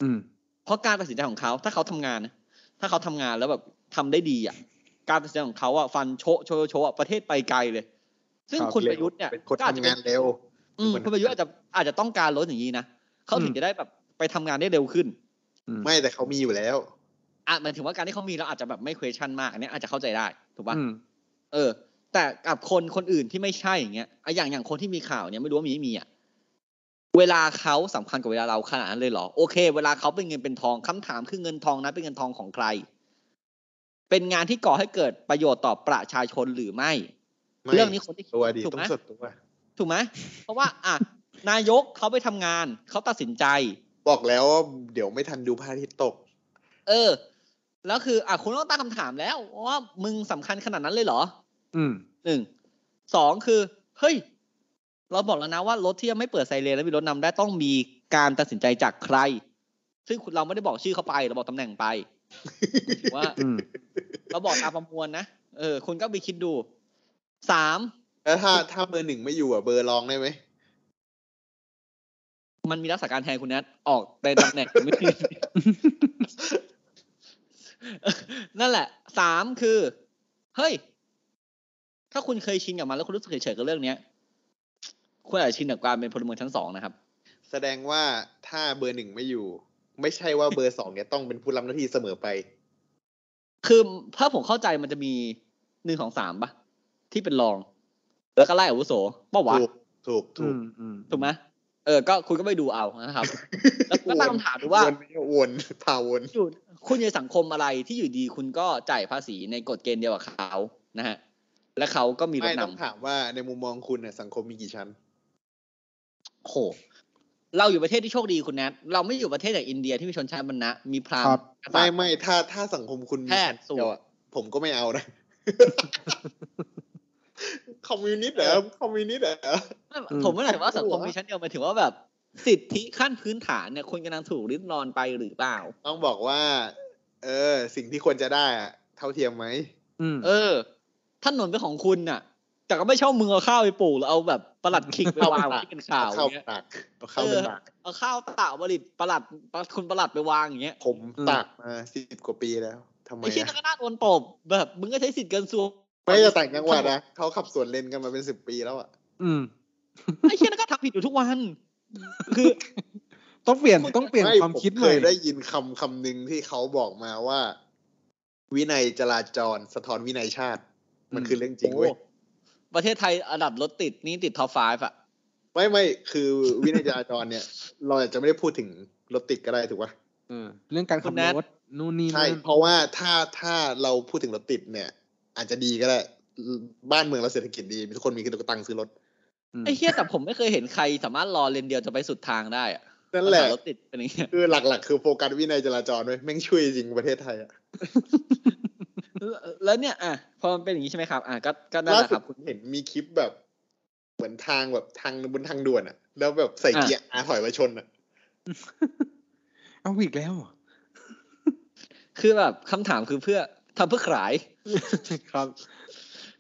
[SPEAKER 5] อืม
[SPEAKER 4] เพราะการตัดสินใจของเขาถ้าเขาทำงานนะถ้าเขาทำงานแล้วแบบทำได้ดีอ่ะ การตัดสินใจของเขาอ่ะฟันโชะโชะโชะอ่ะประเทศไปไกลเลย ซึ่งคุณประยุทธ์เนี่ย
[SPEAKER 6] เป็นคน
[SPEAKER 4] ก็อาจจะ
[SPEAKER 6] ทำ
[SPEAKER 4] เป็
[SPEAKER 6] งานนเร็ว
[SPEAKER 4] อืมคุณประยุทธ์อาจจะอาจจะต้องการรถอย่างนี้นะเขาถึง
[SPEAKER 5] อืม
[SPEAKER 4] จะได้แบบไปทำงานได้เร็วขึ้น
[SPEAKER 6] ไม่แต่เขามีอยู่แล้ว
[SPEAKER 4] อ่ะหมันถึงว่าการที่เขามีแล้วอาจจะแบบไม่ question มากอันเนี้ยอาจจะเข้าใจได้ถูกปะ
[SPEAKER 5] อืม
[SPEAKER 4] เออ แต่กับคนคนอื่นที่ไม่ใช่อย่างเงี้ยอะอย่างอย่างคนที่มีข่าวเนี่ยไม่รู้ว่ามีไม่มีอ่ะเวลาเขาสำคัญกับเวลาเราขนาดนั้นเลยเหรอโอเค เวลาเขาเป็นเงินเป็นทองคำถามคือเงินทองนั้นเป็นเงินทองของใคร เป็นงานที่ก่อให้เกิดประโยชน์ต่อประชาชนหรือไม่
[SPEAKER 6] ไม่
[SPEAKER 4] เรื่องนี้คนที่
[SPEAKER 6] ตัวดี
[SPEAKER 4] ถูก
[SPEAKER 6] ต้อ
[SPEAKER 4] ไหม
[SPEAKER 6] งสดตัว
[SPEAKER 4] ถูกไหมเพราะว่า อ่ะนายกเขาไปทำงานเขาตัดสินใจ
[SPEAKER 6] บอกแล้วว่าเดี๋ยวไม่ทันดูพระอาทิตย์ ตก
[SPEAKER 4] เออ แล้วคือ อ่ะคุณต้องตั้งคำถามแล้วว่ามึงสำคัญขนาดนั้นเลยเหรอ
[SPEAKER 5] อืม
[SPEAKER 4] หนึ่งสองคือเฮ้ย เราบอกแล้วนะว่ารถที่ยังไม่เปิดไซเรนและมีรถนำได้ต้องมีการตัดสินใจจากใคร ซึ่งคุณเราไม่ได้บอกชื่อเขาไป เราบอกตำแหน่งไป ว่า
[SPEAKER 5] อืม
[SPEAKER 4] เราบอกตามประมวลนะเออ คุณก็ไปคิดดูสาม
[SPEAKER 6] แล้วถ้าถ้าเบอร์หนึ่งไม่อยู่อ่ะเบอร์รองได้ไหม
[SPEAKER 4] มันมีรักษาการแทนคุณนัทออกในตำแหน่ง ไม่ได้นั่นแหละสามคือ เฮ้ย ถ้าคุณเคยชินกับมันแล้วคุณรู้สึกเฉยๆกับเรื่องเนี้ย คุณอาจจะชินกับการเป็นพลเมืองชั้นสองนะครับ
[SPEAKER 6] แสดงว่าถ้าเบอร์หนึ่งไม่อยู่ ไม่ใช่ว่าเบอร์สองเนี่ยต้องเป็นผู้รับหน้าที่เสมอไป
[SPEAKER 4] คือถ้าผมเข้าใจมันจะมีหนึ่งสองสามปะที่เป็นรอง แล้วก็ไล่อาวุโสเป้าวะ
[SPEAKER 6] ถูกถูกถู
[SPEAKER 5] อื
[SPEAKER 6] ก
[SPEAKER 5] มอืม
[SPEAKER 4] ถูกไหมเออ ก็คุณก็ไปดูเอานะครับ แล้วก็ตั้งคำถามดูว่า
[SPEAKER 6] วนวนพาวน
[SPEAKER 4] อยู่คุณอยู่ในสังคมอะไรที่อยู่ดีคุณก็จ่ายภาษีในกฎเกณฑ์เดียวกับเขานะฮะ และเขาก็มีร
[SPEAKER 6] ไม่
[SPEAKER 4] ถ
[SPEAKER 6] ต้อง
[SPEAKER 4] นำ
[SPEAKER 6] ถามว่าในมุมมองคุณเนี่ยสังคมมีกี่ชั้น
[SPEAKER 4] โอ้โหเราอยู่ประเทศที่โชคดีคุณแนทเราไม่อยู่ประเทศอย่างอินเดียที่มีชนชั้นบรรณะมีพราห
[SPEAKER 5] ครั
[SPEAKER 4] ม
[SPEAKER 5] บ
[SPEAKER 4] ณ์กษัต
[SPEAKER 6] ไม่
[SPEAKER 4] ริย์
[SPEAKER 6] ไม่ถ้าถ้าสังคมคุณมี
[SPEAKER 4] แพทย์สูตร
[SPEAKER 6] เดียวอะผมก็ไม่เอานะ คอมมิวนิสต์เหรอคอมมิวนิสต์เหรอ
[SPEAKER 4] ไม่
[SPEAKER 5] อืม
[SPEAKER 4] ผมไม่ได้หมายว่าสังคม
[SPEAKER 6] ไม่รู้อะ
[SPEAKER 4] มีชั้นเดียวหมายถึงว่าแบบ สิทธิขั้นพื้นฐานเนี่ยคุณกำลังถูกริดรอนไปหรือเปล่า
[SPEAKER 6] ต้องบอกว่า เออ สิ่งที่ควรจะได้อะเท่าเทียมไหม
[SPEAKER 5] อืม
[SPEAKER 4] เออถนนเป็นของคุณน่ะ แต่ก็ไม่ชอบมือเอาข้าวไปปลูกแล้วเอาแบบประหลัดขิกไปวางที่เป็นข่าวอ
[SPEAKER 6] เข้า
[SPEAKER 4] ย่างเงี้ย
[SPEAKER 6] ตักเข้าเป็นตัก
[SPEAKER 4] เอาข้าวเต่าบริตประหลัดคุณประหลัดไปวางอย่างเงี้ย
[SPEAKER 6] ผมตักมาสิบกว่าปีแล้วทำไม
[SPEAKER 4] ไอ้เชี่ย
[SPEAKER 6] อะ
[SPEAKER 4] ตะกร้าโดนตบแบบมึงก็ใช้สิทธิ์เกินส่วน
[SPEAKER 6] ไม่จะต่างจังหวัดนะเขาขับสวนเลนกันมาเป็นสิบปีแล้วอ่ะ
[SPEAKER 5] อืม
[SPEAKER 4] ไอ้เชี่ยนั่นก็ทำผิดอยู่ทุกวัน คือ
[SPEAKER 5] ต้องเปลี่ยนต้องเปลี่ยน
[SPEAKER 6] ไ
[SPEAKER 5] ความคิด
[SPEAKER 6] ผ
[SPEAKER 5] ใหม่
[SPEAKER 6] เคยได้ยินคำคำหนึ่งที่เขาบอกมาว่า วินัยจราจรสะท้อนวินัยชาติ มันคือเรื่องจริงเว้ย
[SPEAKER 4] โอ้ ประเทศไทยอันดับรถติดนี่ติดท็อป 5 อ่ะ
[SPEAKER 6] ไม่ไม่คือวินัยจราจรเนี่ย เราอาจจะไม่ได้พูดถึงรถติดก็ได้ถูกปะ
[SPEAKER 5] เออเรื่องการขับ
[SPEAKER 4] คุณแนท
[SPEAKER 5] รถนู่นนี่
[SPEAKER 6] ใช่
[SPEAKER 5] นั่น
[SPEAKER 6] เพราะว่าถ้าถ้าเราพูดถึงรถติดเนี่ย อาจจะดีก็ได้ บ้านเมืองเราเศรษฐกิจดี ทุกคนมีตังค์ซื้อรถ
[SPEAKER 5] ม
[SPEAKER 4] ไอ้เชี่ยแต่ผมไม่เคยเห็นใครสามารถรอเลนเดียวจะไปสุดทางได้อะ
[SPEAKER 6] นั่นแหละ
[SPEAKER 4] ปัญารถติดเป็นอย่างเงี้ย
[SPEAKER 6] คือหลัก ๆ คือโฟกัสวินัยจราจรไว้ยแม่งช่วยจริงประเทศไทยอะ
[SPEAKER 4] แล้วแล้วเนี่ยอ่ะพอมันเป็นอย่างนี้ใช่ไหมครับ อ่ะก็ก็นั่นแห
[SPEAKER 6] ล่า
[SPEAKER 4] ละ
[SPEAKER 6] สุ
[SPEAKER 4] ค
[SPEAKER 6] ด
[SPEAKER 4] รับ
[SPEAKER 6] คุณเห็นมีคลิปแบบ เหมือนทางแบบทางบนทางด่วนอะแล้วแบบใส่เกียร์อาถอยมาชนอะ
[SPEAKER 5] เอาอีกแล้วเหรอ
[SPEAKER 4] คือแบบคำถามคือเพื่อทำเพื่อขาย
[SPEAKER 5] ครับ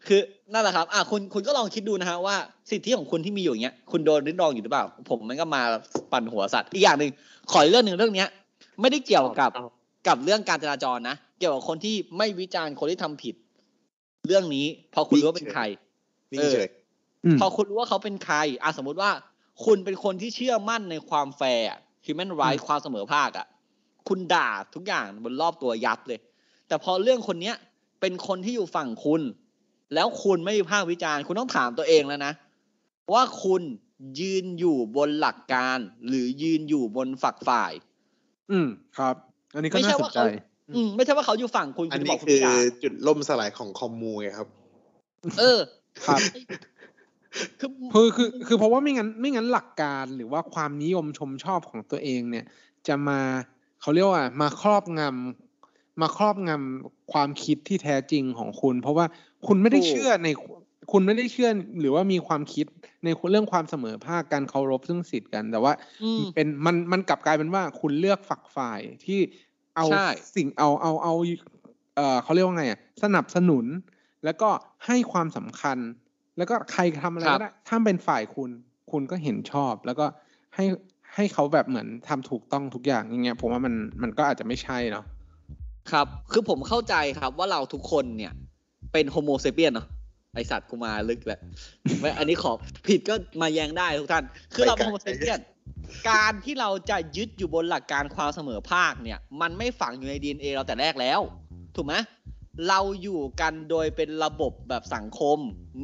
[SPEAKER 4] คือนั่นแหละครับ อ่ะคุณคุณก็ลองคิดดูนะฮะว่าสิทธิของคุณที่มีอยู่อย่างเงี้ย คุณโดนริดรองอยู่หรือเปล่า ผมมันก็มาปั่นหัวสัตว์ อีกอย่างหนึ่งขออีกเรื่องหนึ่งเรื่องเนี้ย ไม่ได้เกี่ยวกับ
[SPEAKER 6] เอา
[SPEAKER 4] กับเรื่องการจราจรนะ เกี่ยวกับคนที่ไม่วิจารณ์คนที่ทำผิด เรื่องนี้ พอคุณรู้ว่าเป็นใคร
[SPEAKER 6] นิ่
[SPEAKER 4] เอง อ
[SPEAKER 6] เฉย
[SPEAKER 5] อืม
[SPEAKER 4] พอคุณรู้ว่าเขาเป็นใครอ่ะสมมุติว่าคุณเป็นคนที่เชื่อมั่นในความแฟร์อะ human rights ความเสมอภาคอ่ะ คุณด่าทุกอย่างบนรอบตัวยับเลย แต่พอเรื่องคนเนี้ย เป็นคนที่อยู่ฝั่งคุณ แล้วคุณไม่วิพากษ์วิจารณ์ คุณต้องถามตัวเองแล้วนะ ว่าคุณยืนอยู่บนหลักการ หรือยืนอยู่บนฝักฝ่าย
[SPEAKER 5] อืมครับ อันนี้ก็
[SPEAKER 4] ไม่ใช่
[SPEAKER 5] น่าสน
[SPEAKER 4] ว่า
[SPEAKER 5] ใจ
[SPEAKER 4] เขา อืมไม่ใช่ว่าเขาอยู่ฝั่งคุณ
[SPEAKER 6] อั
[SPEAKER 4] คุ
[SPEAKER 6] น
[SPEAKER 4] ณบ
[SPEAKER 6] นี้
[SPEAKER 4] อกคุณ
[SPEAKER 6] คือ
[SPEAKER 4] ไม่ด่า
[SPEAKER 6] จุดล่มสลายของคอมมูไงครับ
[SPEAKER 4] เออ
[SPEAKER 5] ครับ
[SPEAKER 4] คือ
[SPEAKER 5] คือคือคือเพราะว่าไม่งั้นไม่งั้นหลักการหรือว่าความนิยมชมชอบของตัวเองเนี่ย จะมาเขาเรียกว่ามาครอบงำมาครอบงำความคิดที่แท้จริงของคุณ เพราะว่าคุณไม่ได้
[SPEAKER 4] ถูก
[SPEAKER 5] เชื่อในคุณไม่ได้เชื่อหรือว่ามีความคิดในเรื่องความเสมอภาคการเคารพซึ่งสิทธิ์กัน แต่ว่า
[SPEAKER 4] อืม
[SPEAKER 5] เป็นมันมันกลับกลายเป็นว่าคุณเลือกฝักฝ่ายที่เอา
[SPEAKER 4] ใช่
[SPEAKER 5] สิ่งเอาเอาเอาเออเขาเรียกว่าไงอ่ะสนับสนุน แล้วก็ให้ความสำคัญ แล้วก็ใครทำอะไรก็ได้ถ้าเป็นฝ่ายคุณ คุณก็เห็นชอบ แล้วก็ให้ให้เขาแบบเหมือนทำถูกต้องทุกอย่างอย่างเงี้ยผมว่ามันมันก็อาจจะไม่ใช่เนาะ
[SPEAKER 4] ครับ คือผมเข้าใจครับว่าเราทุกคนเนี่ย เป็นโฮโมเซเปียนเนาะ ไอสัตว์กูมาลึกแหละไม่อันนี้ขอผิดก็มาแย้งได้ทุกท่าน คือเราเป็นโฮโมเซเปียน การที่เราจะยึดอยู่บนหลักการความเสมอภาคเนี่ย มันไม่ฝังอยู่ใน DNA เราแต่แรกแล้ว ถูกไหมเราอยู่กันโดยเป็นระบบแบบสังคม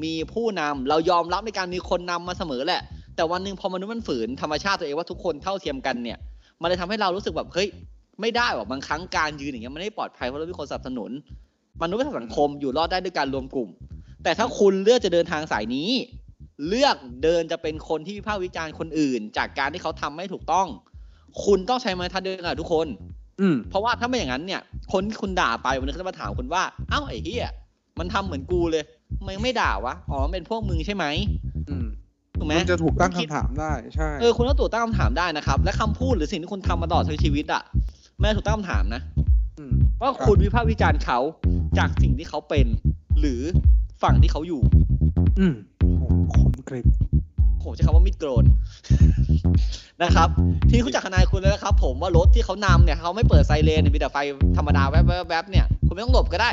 [SPEAKER 4] มีผู้นำเรายอมรับในการมีคนนำมาเสมอแหละ แต่วันหนึ่งพอมนุษย์มันฝืนธรรมชาติตัวเองว่าทุกคนเท่าเทียมกันเนี่ย มันเลยทำให้เรารู้สึกแบบเฮ้ย ไม่ได้หรอกบางครั้งการยืนอย่างเงี้ยมันไม่ปลอดภัยเพราะเรามีคนสนับสนุนมนุษย์เป็นสังคมอยู่รอดได้ด้วยการรวมกลุ่ม แต่ถ้าคุณเลือกจะเดินทางสายนี้ เลือกเดินจะเป็นคนที่วิพากษ์วิจารณ์คนอื่น จากการที่เขาทำไม่ถูกต้อง คุณต้องใช้ไมาทัดเดินกับทุกคน
[SPEAKER 5] อืม
[SPEAKER 4] เพราะว่าถ้าไม่อย่างนั้นเนี่ย คนที่คุณด่าไปวันนึงเขาจะมาถามคุณว่า เอ้าไอ้เหี้ยมันทำเหมือนกูเลยทำไมันไม่ด่าวะอ๋อมันเป็นพวกมึงใช่ไหม
[SPEAKER 5] อืม
[SPEAKER 4] ถูกไหม
[SPEAKER 5] มันจะถูกตั้งคำถามได้ใช่
[SPEAKER 4] เออคุณต้องถูกตั้งคำถามได้นะครับ และคำพูดหรือสิ่งที่คุณทำมาตลอดทั้งชีวิตอ่ะไม่ได้ถูกตั้งคำถามนะ
[SPEAKER 5] อืม
[SPEAKER 4] ว่าคุณวิพากษ์วิจารณ์เขาจากสิ่งที่เขาเป็น หรือฝั่งที่เขาอยู่
[SPEAKER 5] อืมโอ้คมกริบ
[SPEAKER 4] ผมใช้คำว่ามิดโกรน นะครับ ที่รู้จักขนายคุณแล้วนะครับ ผมว่ารถที่เขานำเนี่ยเขาไม่เปิดไซเรนมีแต่ไฟธรรมดาแวบๆๆเนี่ย คุณไม่ต้องหลบก็ได้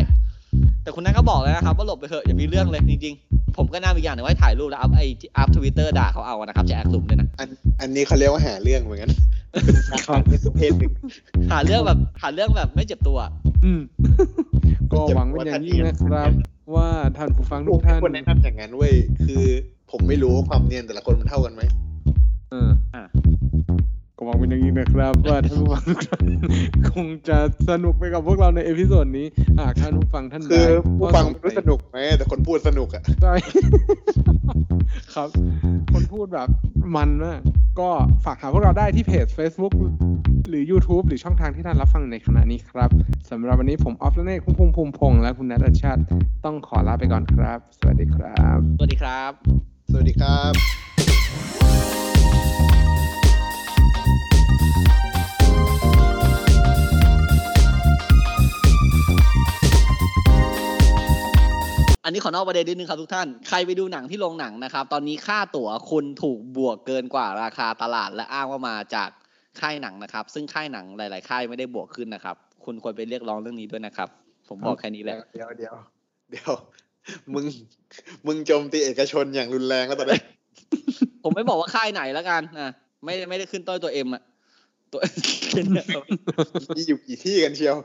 [SPEAKER 4] แต่คุณนั้นก็บอกแล้วนะครับ ว่าหลบไปเถอะอย่ามีเรื่องเลยจริง ผมก็น่ามีอย่างหนึ่งไว้ถ่ายรูปแล้วอัพไออัพทวิตเตอร์ด่าเขาเอานะครับจะแอคหลุมด้วยนะ
[SPEAKER 6] อันอันนี้เขาเรียกว่าหาเรื่องเหมือนกัน
[SPEAKER 5] ครับ
[SPEAKER 6] เพศหนึ่ง
[SPEAKER 4] หาเรื่องแบบหาเรื่องแบบไม่เจ็บตัว
[SPEAKER 5] อืม ก็หวังเป็นอย่างยิ่งนะครับ ว่าท่านผู้ฟังทุกท่าน
[SPEAKER 6] คนแนะนำอย่างนั้นเว้ยคือผมไม่รู้ว่าความเนียนแต่ละคนมันเท่ากันไหม
[SPEAKER 5] เอออ่ะก็หวังเป็นอย่างยิ่งนะครับ ว่าท่านผู้ฟังทุกท่านคงจะสนุกไปกับพวกเราในเอพิโซดนี้หากท่านผู้ฟังท่าน
[SPEAKER 6] คือ
[SPEAKER 5] ใด
[SPEAKER 6] ผู้ฟังไม่รู้สนุกไหมแต่คนพูดสนุกอ่ะ
[SPEAKER 5] ใช่ ครับ คนพูดแบบมันมากก็ฝากหาพวกเราได้ที่เพจ Facebook หรือ YouTube หรือช่องทางที่ท่านรับฟังในขณะนี้ครับสำหรับวันนี้ผมออฟและเนคคุณภูมิภูมิพงษ์และคุณนัทอัชชาติต้องขอลาไปก่อนครับ สวัสดีครับ
[SPEAKER 4] สวัสดีครับ
[SPEAKER 6] สวัสดีครับ
[SPEAKER 4] อันนี้ขอนอกประเด็นนิดนึงครับทุกท่าน ใครไปดูหนังที่โรงหนังนะครับ ตอนนี้ค่าตั๋วคุณถูกบวกเกินกว่าราคาตลาดและอ้างว่ามาจากค่ายหนังนะครับ ซึ่งค่ายหนังหลาย ๆ ค่ายไม่ได้บวกขึ้นนะครับ คุณควรไปเรียกร้องเรื่องนี้ด้วยนะครับ ผมบอกแค่นี้แหละ
[SPEAKER 6] เดี๋ยวเดี๋ยวเดี๋ยว มึง มึงโจมตีเอกชนอย่างรุนแรงแล้วตอนนี้
[SPEAKER 4] ผมไม่บอกว่าค่ายไหนแล้วกันนะไม่ได้ไม่ได้ขึ้นต้นตัวเอ็มอะตัว
[SPEAKER 6] มีอยู่กี่ที่กันเชียว